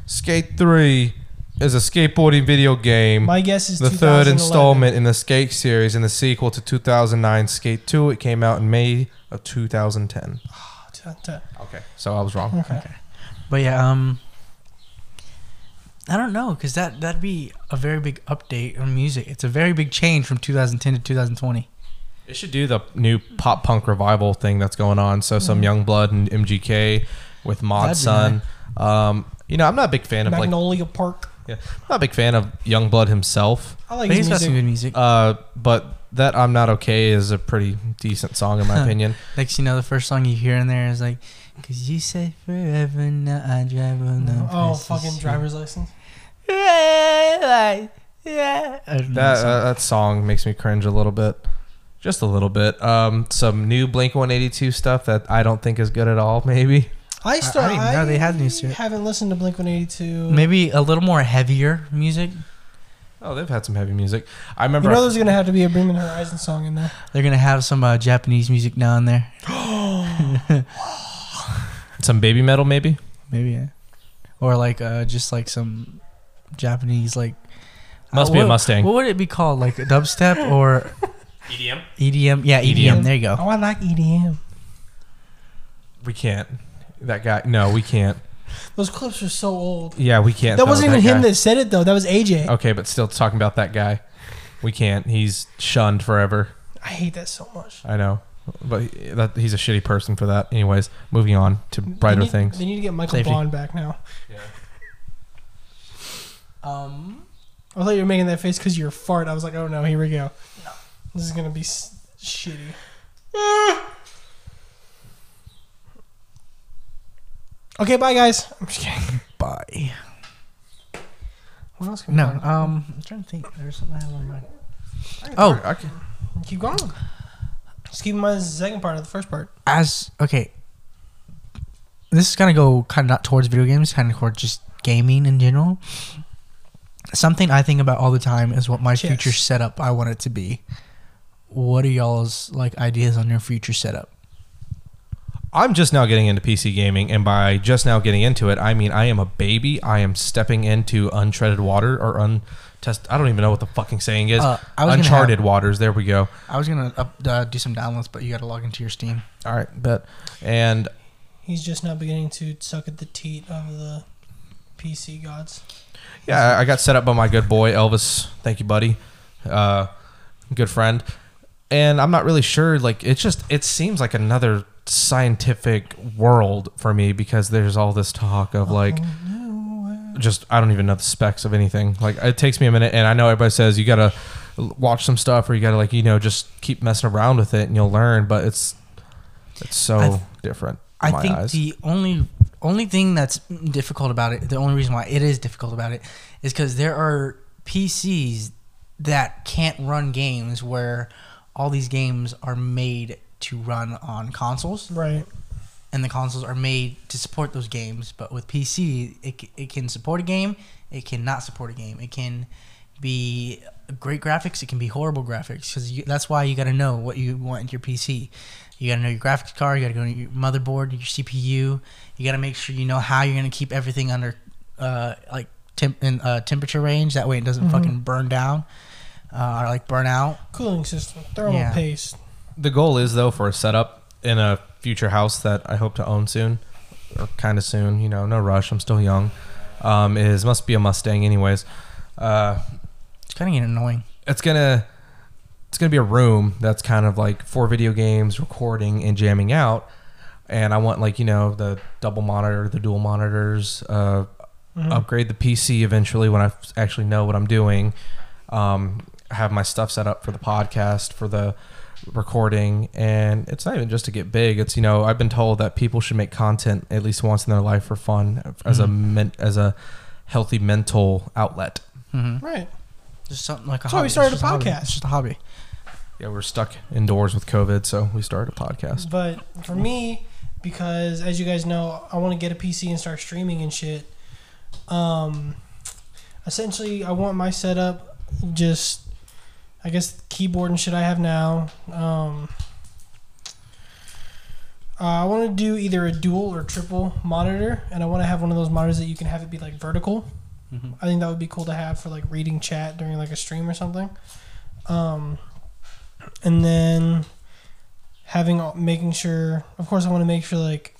Speaker 3: Skate 3 is a skateboarding video game.
Speaker 1: My guess is
Speaker 3: Mm. the third
Speaker 1: 2011.
Speaker 3: installment in the Skate series and the sequel to 2009 Skate 2. It came out in May of 2010.
Speaker 1: Oh, 2010.
Speaker 3: Okay, so I was wrong.
Speaker 1: Okay.
Speaker 2: But yeah, um, I don't know, cause that that'd be a very big update on music. It's a very big change from 2010 to 2020.
Speaker 3: It should do the new pop punk revival thing that's going on. So some young blood and MGK with Mod
Speaker 2: That'd be
Speaker 3: Sun. Um, you know, I'm not a big fan of like
Speaker 1: Magnolia Park.
Speaker 3: yeah, I'm not a big fan of Young Blood himself.
Speaker 1: I like
Speaker 2: But he's
Speaker 1: his
Speaker 2: got some
Speaker 1: music.
Speaker 2: good music.
Speaker 3: Uh, but that I'm not okay is a pretty decent song in my opinion.
Speaker 2: Next, you know, the first song you hear in there is like, "Cause you say forever now I drive on the."
Speaker 1: Oh, fucking driver's license.
Speaker 2: Yeah, yeah. I don't know
Speaker 3: That
Speaker 2: song.
Speaker 3: uh, that song makes me cringe a little bit, just a little bit. Um, some new Blink 182 stuff that I don't think is good at all. Maybe
Speaker 1: I still
Speaker 2: I didn't know they had new
Speaker 1: I
Speaker 2: shit.
Speaker 1: haven't listened to Blink 182.
Speaker 2: Maybe a little more heavier music.
Speaker 3: oh, they've had some heavy music. I
Speaker 1: You
Speaker 3: remember
Speaker 1: know there's gonna have to be a Bremen Horizon song in there.
Speaker 2: They're gonna have some uh, Japanese music now and there.
Speaker 3: some baby metal. Maybe
Speaker 2: Maybe yeah. Or like uh, just like some Japanese like
Speaker 3: must
Speaker 2: uh,
Speaker 3: be a
Speaker 2: what-
Speaker 3: Mustang.
Speaker 2: What would it be called? Like dubstep or
Speaker 3: EDM.
Speaker 2: EDM? Yeah, EDM.
Speaker 3: EDM.
Speaker 2: There you go.
Speaker 1: E Oh, I like EDM.
Speaker 3: We can't. That guy. No, we can't.
Speaker 1: Those clips are so old.
Speaker 3: Yeah, we can't.
Speaker 1: That
Speaker 3: though,
Speaker 1: wasn't even him
Speaker 3: guy. Oh.
Speaker 1: that said it though. That was AJ.
Speaker 3: Okay, but still talking about that guy. We can't. He's shunned forever.
Speaker 1: I hate that so much.
Speaker 3: I know, but he- that, he's a shitty person for that. Anyways, moving on to brighter
Speaker 1: they need,
Speaker 3: things.
Speaker 1: They need to get Michael
Speaker 3: Safety.
Speaker 1: Bond back now.
Speaker 2: Um,
Speaker 1: I thought you were making that face because you're fart. I was like, oh no, here we go. This is gonna be s- shitty. okay, bye guys. I'm just kidding.
Speaker 2: bye.
Speaker 1: What else can we
Speaker 2: No,
Speaker 1: find?
Speaker 2: um, I'm trying to think. There's something I have on mind.
Speaker 3: Oh,
Speaker 2: Oh,
Speaker 3: okay.
Speaker 1: keep going. Just keep in mind this is the second part of the first part.
Speaker 2: as okay. This is gonna go kind of not towards video games, kind of towards just gaming in general. Something I think about all the time is what my
Speaker 1: Chess.
Speaker 2: future setup I want it to be. What are y'all's like ideas on your future setup?
Speaker 3: I'm just now getting into PC gaming, and by just now getting into it, I mean I am a baby. I am stepping into untreaded water or untest. I don't even know what the fucking saying is.
Speaker 2: Uh, I was gonna
Speaker 3: Uncharted waters. There we go.
Speaker 2: I was gonna up, uh, do some downloads, but you gotta log into your Steam.
Speaker 3: All right, bet. And
Speaker 1: He's just now beginning to suck at the teat of the PC gods.
Speaker 3: Yeah, I- I got set up by my good boy Elvis. Thank you, buddy. Uh, good friend. And I'm not really sure. Like, it's just it seems like another scientific world for me because there's all this talk of like, just I don't even know the specs of anything. Like, it takes me a minute, and I know everybody says you gotta l- watch some stuff or you gotta like you know just keep messing around with it and you'll learn. But it's it's so
Speaker 2: I th-
Speaker 3: different. in
Speaker 2: I
Speaker 3: my
Speaker 2: think
Speaker 3: eyes.
Speaker 2: the only only thing that's difficult about it, the only reason why it is difficult about it, is because there are PCs that can't run games where all these games are made to run on consoles,
Speaker 1: Right.
Speaker 2: and the consoles are made to support those games. But with PC, it c- it can support a game, it cannot support a game. It can be great graphics, it can be horrible graphics. Because that's why you got to know what you want in your PC. You got to know your graphics card. You got to go to your motherboard, your CPU. You got to make sure you know how you're going to keep everything under uh, like temp in, uh, temperature range. That way, it
Speaker 1: Mm-hmm.
Speaker 2: doesn't fucking burn down uh, or like burn out.
Speaker 1: Cooling system, thermal
Speaker 2: Yeah.
Speaker 1: paste.
Speaker 3: the goal is though for a setup in a future house that I hope to own soon, or kind of soon. You know, no rush. I'm still young. Um, is must be a Mustang, anyways. Uh,
Speaker 2: It's kind of getting annoying.
Speaker 3: it's gonna it's gonna be a room that's kind of like for video games, recording and jamming out. And I want like you know the double monitor, the dual monitors. Uh,
Speaker 1: Mm-hmm. Mm.
Speaker 3: Upgrade the PC eventually when I f- actually know what I'm doing. Um, have my stuff set up for the podcast for the recording, and it's not even just to get big. It's you know I've been told that people should make content at least once in their life for fun as a men- as a healthy mental outlet.
Speaker 1: Right.
Speaker 2: Mm-hmm. Just something like a
Speaker 1: That's why we
Speaker 2: hobby. It's
Speaker 1: started
Speaker 2: just
Speaker 1: a
Speaker 2: hobby.
Speaker 1: podcast.
Speaker 2: It's just a hobby.
Speaker 3: Yeah, we're stuck indoors with COVID, so we started a podcast.
Speaker 1: But for me, because as you guys know, I want to get a PC and start streaming and shit. Um, essentially, I want my setup just, I guess, keyboard and shit I have now. Um, uh, I want to do either a dual or triple monitor, and I want to have one of those monitors that you can have it be like vertical. I think that would be cool to have for like reading chat during like a stream or something. Um, and then having all- making sure of course i want to make sure like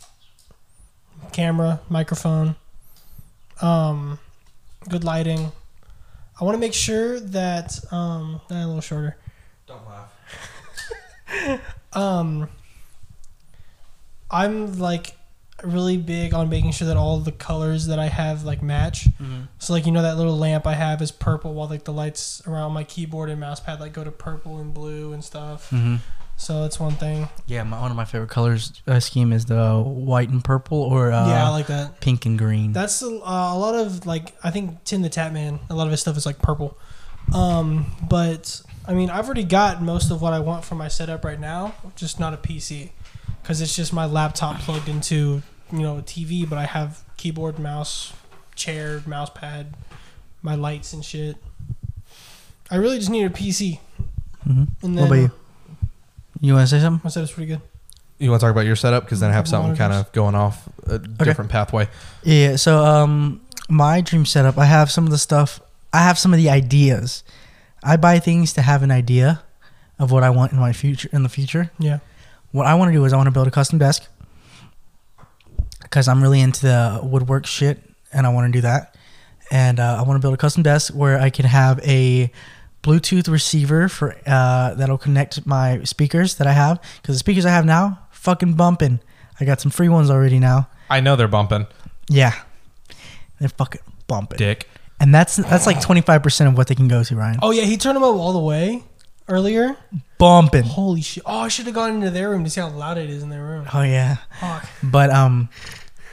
Speaker 1: camera microphone um good lighting i want to make sure that um eh, a little shorter
Speaker 3: Don't laugh.
Speaker 1: um i'm like really big on making sure that all the colors that i have like match so like you know that little lamp i have is purple while like the lights around my keyboard and mouse pad like go to purple and blue and stuff
Speaker 2: Mm-hmm.
Speaker 1: so that's one thing
Speaker 2: Yeah, my, one of my favorite colors uh, scheme is the white and purple or uh,
Speaker 1: yeah i like that
Speaker 2: pink and green.
Speaker 1: That's a, uh, a lot of like I think Tim the Tap Man. A lot of his stuff is like purple. Um, but I mean, I've already got most of what I want for my setup right now. Just not a PC, because it's just my laptop plugged into you know a TV. But I have keyboard, mouse, chair, mouse pad, my lights and shit. I really just need a PC.
Speaker 2: hmm
Speaker 1: And then
Speaker 2: What about you? You want to say something?
Speaker 1: My setup's pretty good.
Speaker 3: You want to talk about your setup because then I have
Speaker 1: Double
Speaker 3: something kind
Speaker 1: monitors.
Speaker 3: of going off a different pathway.
Speaker 2: Yeah. So, um, my dream setup. I have some of the stuff. I have some of the ideas. I buy things to have an idea of what I want in my future. In the future,
Speaker 1: Yeah.
Speaker 2: what I want to do is I want to build a custom desk. because I'm really into the woodwork shit and I want to do that. And uh, I want to build a custom desk where I can have a Bluetooth receiver for uh, that'll connect my speakers that I have because the speakers I have now fucking bumping. I got some free ones already now.
Speaker 3: I know they're bumping.
Speaker 2: Yeah, they're fucking bumping.
Speaker 3: Dick.
Speaker 2: And that's that's like 25 percent of what they can go to, Ryan.
Speaker 1: Oh yeah, he turned them up all the way earlier.
Speaker 2: Bumping.
Speaker 1: Holy shit! Oh, I should have gone into their room to see how loud it is in their room.
Speaker 2: Oh yeah.
Speaker 1: Fuck,
Speaker 2: But um,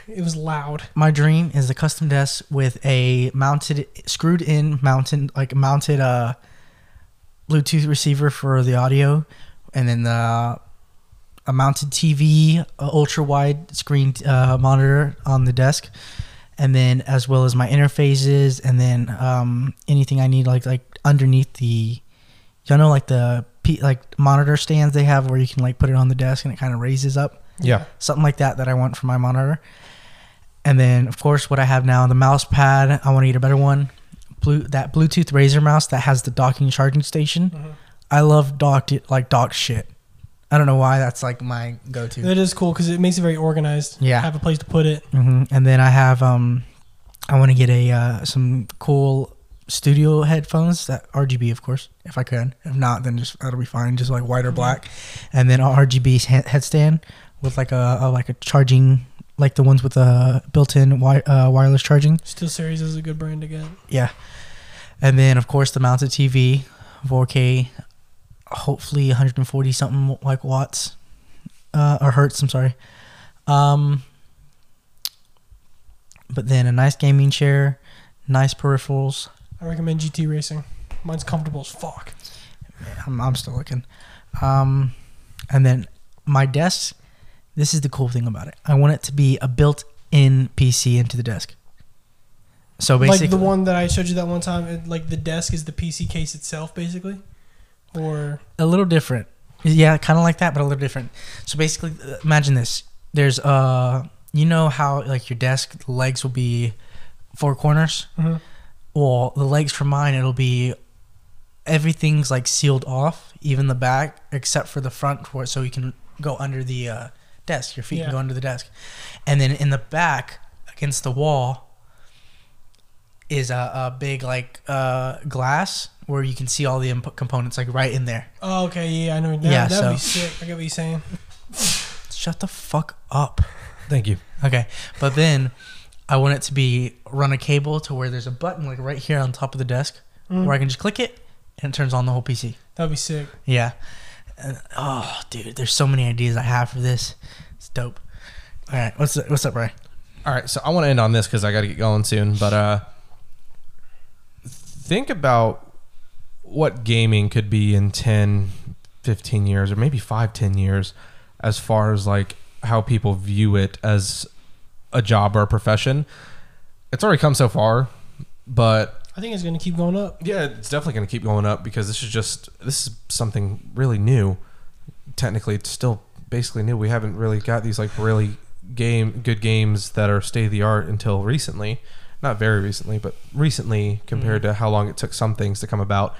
Speaker 1: it was loud.
Speaker 2: my dream is a custom desk with a mounted screwed in mounted like mounted uh bluetooth receiver for the audio and then the a mounted tv a ultra wide screen uh, monitor on the desk and then as well as my interfaces and then um anything i need like like underneath the y'all know like the P, like monitor stands they have where you can like put it on the desk and it kind of raises up
Speaker 3: Yeah.
Speaker 2: something like that that I want for my monitor. And then of course what I have now, the mouse pad, I want to get a better one. Blue that Bluetooth Razer mouse that has the docking charging station. I love docked it like dock shit. I don't know why that's like my go-to.
Speaker 1: That is cool because it makes it very organized.
Speaker 2: Yeah.
Speaker 1: have a place to put it.
Speaker 2: hmm And then I have um, I want to get a uh, some cool studio headphones that RGB, of course, if I can. If not, then just that'll be fine, just like white or black. And then a RGB he- headstand with like a, a like a charging, like the ones with a built-in wi- uh, wireless charging.
Speaker 1: Still, series is a good brand to get.
Speaker 2: Yeah. And then of course the mounted TV, 4K, hopefully 140 something like watts, uh, or hertz. I'm sorry. Um, but then a nice gaming chair, nice peripherals.
Speaker 1: I recommend GT Racing. Mine's comfortable as fuck.
Speaker 2: I'm, I'm still looking. Um, and then my desk. This is the cool thing about it. I want it to be a built-in PC into the desk. So basically,
Speaker 1: like the one that I showed you that one time. It, like the desk is the PC case itself, basically. Or
Speaker 2: a little different. Yeah, kind of like that, but a little different. So basically, uh, imagine this. There's uh, you know how like your desk legs will be four corners.
Speaker 1: Mhm.
Speaker 2: Well, the legs for mine it'll be everything's like sealed off, even the back except for the front, for so you can go under the uh, desk. Your feet
Speaker 1: Yeah.
Speaker 2: can go under the desk, and then in the back against the wall is a, a big like uh, glass where you can see all the input components like right in there.
Speaker 1: oh, okay, yeah, I know. That,
Speaker 2: Yeah,
Speaker 1: that'd be
Speaker 2: so-
Speaker 1: sick. I get what you're saying.
Speaker 2: Shut the fuck up.
Speaker 3: Thank you.
Speaker 2: Okay. But then I want it to be run a cable to where there's a button like right here on top of the desk
Speaker 1: Mm-hmm.
Speaker 2: where I can just click it and it turns on the whole PC.
Speaker 1: That'd be sick.
Speaker 2: Yeah. And, oh, dude, there's so many ideas I have for this. It's dope. All right, what's what's up, Ray?
Speaker 3: All right, so I want to end on this because I got to get going soon. But uh, think about what gaming could be in 10, 15 years, or maybe 5, 10 years, as far as like how people view it as a job or a profession. It's already come so far, but
Speaker 1: I think it's gonna keep going up.
Speaker 3: yeah, it's definitely going to keep going up because this is just this is something really new. Technically, it's still basically new. We haven't really got these like really game good games that are state of the art until recently. Not very recently, but recently compared to how long it took some things to come about.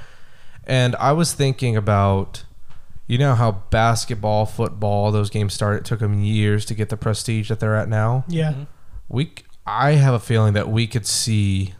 Speaker 3: And I was thinking about you know how basketball, football, those games started it took them years to get the prestige that they're at now
Speaker 1: Yeah,
Speaker 3: we c- i have a feeling that we could see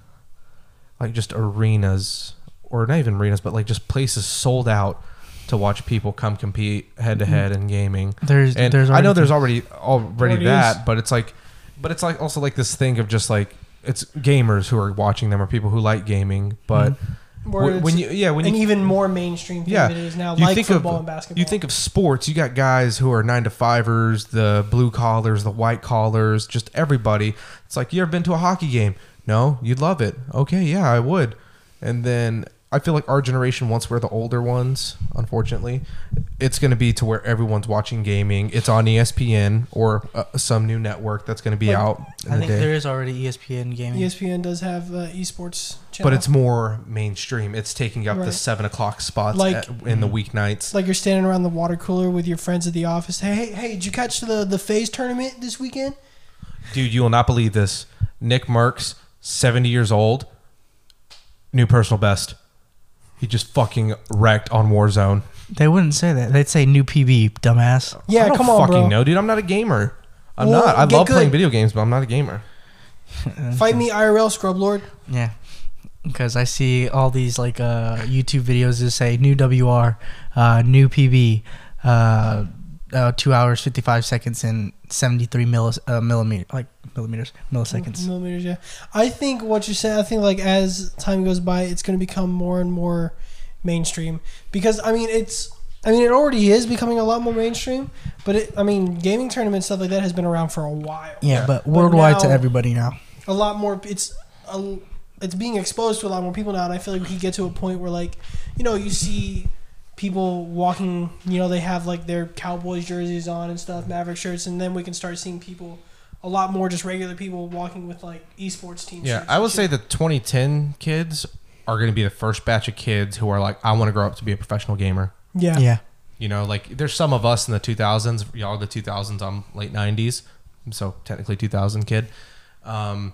Speaker 3: like just arenas or not even arenas but like just places sold out to watch people come compete head to
Speaker 1: Mm-hmm.
Speaker 3: head in gaming
Speaker 2: There's
Speaker 3: and
Speaker 2: there's
Speaker 3: i know there's already already
Speaker 1: Already
Speaker 3: that
Speaker 1: is.
Speaker 3: but it's like but it's like also like this thing of just like it's gamers who are watching them or people who like gaming but
Speaker 1: Where
Speaker 3: Mm-hmm. wh- when
Speaker 1: Mm-hmm. it's
Speaker 3: you yeah when
Speaker 1: an
Speaker 3: you
Speaker 1: even more mainstream thing
Speaker 3: Yeah.
Speaker 1: than it is now,
Speaker 3: You
Speaker 1: like
Speaker 3: think of-
Speaker 1: football and basketball.
Speaker 3: you think of sports, you got guys who are nine to fivers, the blue collars, the white collars, just everybody. It's like, you ever been to a hockey game? No, you'd love it. Okay, yeah, I would. And then I feel like our generation, once we're the older ones, unfortunately, it's going to be to where everyone's watching gaming. It's on E ESPN or uh, some new network that's going to be
Speaker 1: Like,
Speaker 3: out in
Speaker 2: I
Speaker 3: the
Speaker 2: think
Speaker 3: day.
Speaker 2: there is already E ESPN gaming.
Speaker 1: ESPN does have uh, esports, channel.
Speaker 3: But it's more mainstream. It's taking up the
Speaker 1: Right.
Speaker 3: seven o'clock spots
Speaker 1: Like-
Speaker 3: at, in the weeknights.
Speaker 1: It's like you're standing around the water cooler with your friends at the office. Hey, hey, hey did you catch the the phase tournament this weekend?
Speaker 3: Dude, you will not believe this. Nick Merckx, 70 years old, new personal best. He just fucking wrecked on Warzone.
Speaker 2: They wouldn't say that. They'd say new PB, dumbass.
Speaker 1: Yeah,
Speaker 3: I don't
Speaker 1: come on,
Speaker 3: fucking
Speaker 1: bro.
Speaker 3: know, dude. I'm not a gamer. I'm
Speaker 1: Well,
Speaker 3: not. I
Speaker 1: get
Speaker 3: love
Speaker 1: good.
Speaker 3: playing video games, but I'm not a gamer.
Speaker 1: Fight me IRL, scrub lord.
Speaker 2: Yeah. Because I see all these like uh, YouTube videos that say new WR, uh, new PB, uh, uh, two hours fifty five seconds and seventy three millis- uh, millimeter like millimeters milliseconds.
Speaker 1: Millimeters, yeah. I think what you said. I think like as time goes by, it's going to become more and more mainstream because I mean it's. I mean, it already is becoming a lot more mainstream, but it, I mean, gaming tournaments stuff like that has been around for a while.
Speaker 2: Yeah, but worldwide to
Speaker 1: now-
Speaker 2: everybody now.
Speaker 1: a lot more it's a, it's being exposed to a lot more people now and i feel like we could get to a point where like you know you see people walking you know they have like their cowboys jerseys on and stuff maverick shirts and then we can start seeing people a lot more just regular people walking with like esports teams
Speaker 3: Yeah, I would say the 2010 kids are going to be the first batch of kids who are like, I want to grow up to be a professional gamer.
Speaker 1: yeah
Speaker 2: Yeah,
Speaker 3: You know, like there's some of us in the 2000s. Y'all are the 2000s. I'm late 90s, so technically 2000 kid. Um,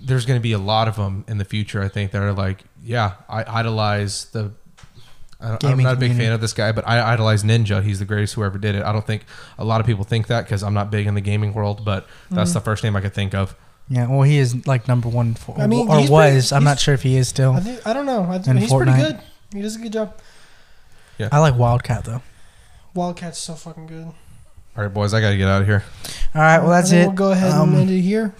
Speaker 3: there's going to be a lot of them in the future. I think that are like, yeah, I idolize the. I don't, I'm
Speaker 2: Gaming
Speaker 3: not a big
Speaker 2: community.
Speaker 3: fan of this guy, but I idolize Ninja. He's the greatest who ever did it. I don't think a lot of people think that because I'm not big in the gaming world, but that's
Speaker 2: Mm.
Speaker 3: the first name I could think of.
Speaker 2: yeah. Well, he is like number one for,
Speaker 1: I mean,
Speaker 2: or
Speaker 1: he's
Speaker 2: was.
Speaker 1: pretty-
Speaker 2: I'm not
Speaker 1: he's-
Speaker 2: sure if he is
Speaker 1: i,
Speaker 2: still.
Speaker 1: think, I don't know i think
Speaker 2: And
Speaker 1: he's
Speaker 2: Fortnite.
Speaker 1: pretty good he does a good job
Speaker 2: I like Wildcat though.
Speaker 1: wildcat's so fucking good all
Speaker 3: All right, boys, I got to get out of here.
Speaker 2: All right, well that's it.
Speaker 1: we'll go ahead
Speaker 2: Um,
Speaker 1: and end it here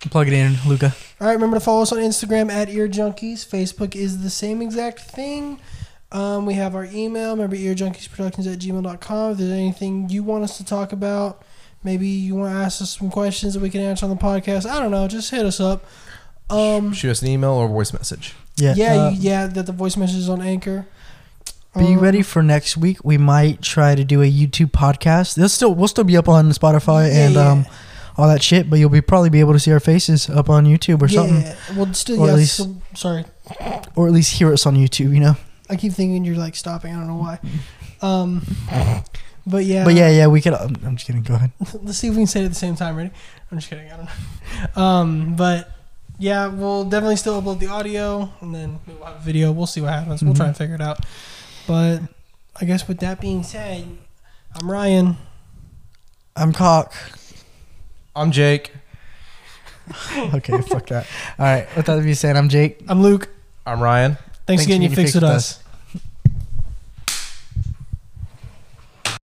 Speaker 2: plug it in, Luca.
Speaker 1: All right, remember to follow us on Instagram at Ear Junkies. Facebook is the same exact thing. Um, we have our email, remember earjunkiesproductions at gmail.com. If there's anything you want us to talk about, maybe you want to ask us some questions that we can answer on the podcast. I don't know, just hit us up. Um,
Speaker 3: Shoot us an email or voice message.
Speaker 2: Yeah,
Speaker 1: yeah,
Speaker 2: uh,
Speaker 1: you, yeah, that the voice message is on Anchor.
Speaker 2: Be
Speaker 1: Um,
Speaker 2: ready for next week. We might try to do a YouTube podcast. They'll still we'll still be up on Spotify
Speaker 1: Yeah,
Speaker 2: and
Speaker 1: yeah.
Speaker 2: um all that shit, but you'll be probably be able to see our faces up on YouTube or something.
Speaker 1: Yeah, well, still,
Speaker 2: Or at
Speaker 1: yeah,
Speaker 2: least-
Speaker 1: so- sorry.
Speaker 2: Or at least hear us on YouTube, you know?
Speaker 1: I keep thinking you're like stopping. I don't know why. Um, but yeah.
Speaker 2: But yeah, yeah, we could I'm, I'm just kidding, go ahead.
Speaker 1: Let's see if we can say it at the same time. Ready? I'm just kidding. I don't know. Um, but yeah, we'll definitely still upload the audio and then we'll have video. We'll see what happens. We'll try and figure it out. But I guess with that being said, I'm Ryan.
Speaker 2: I'm cock.
Speaker 3: I'm Jake.
Speaker 2: Okay, fuck that. All right. With that being said, I'm Jake.
Speaker 1: I'm Luke.
Speaker 3: I'm Ryan.
Speaker 1: Thanks, again. You fixed with us.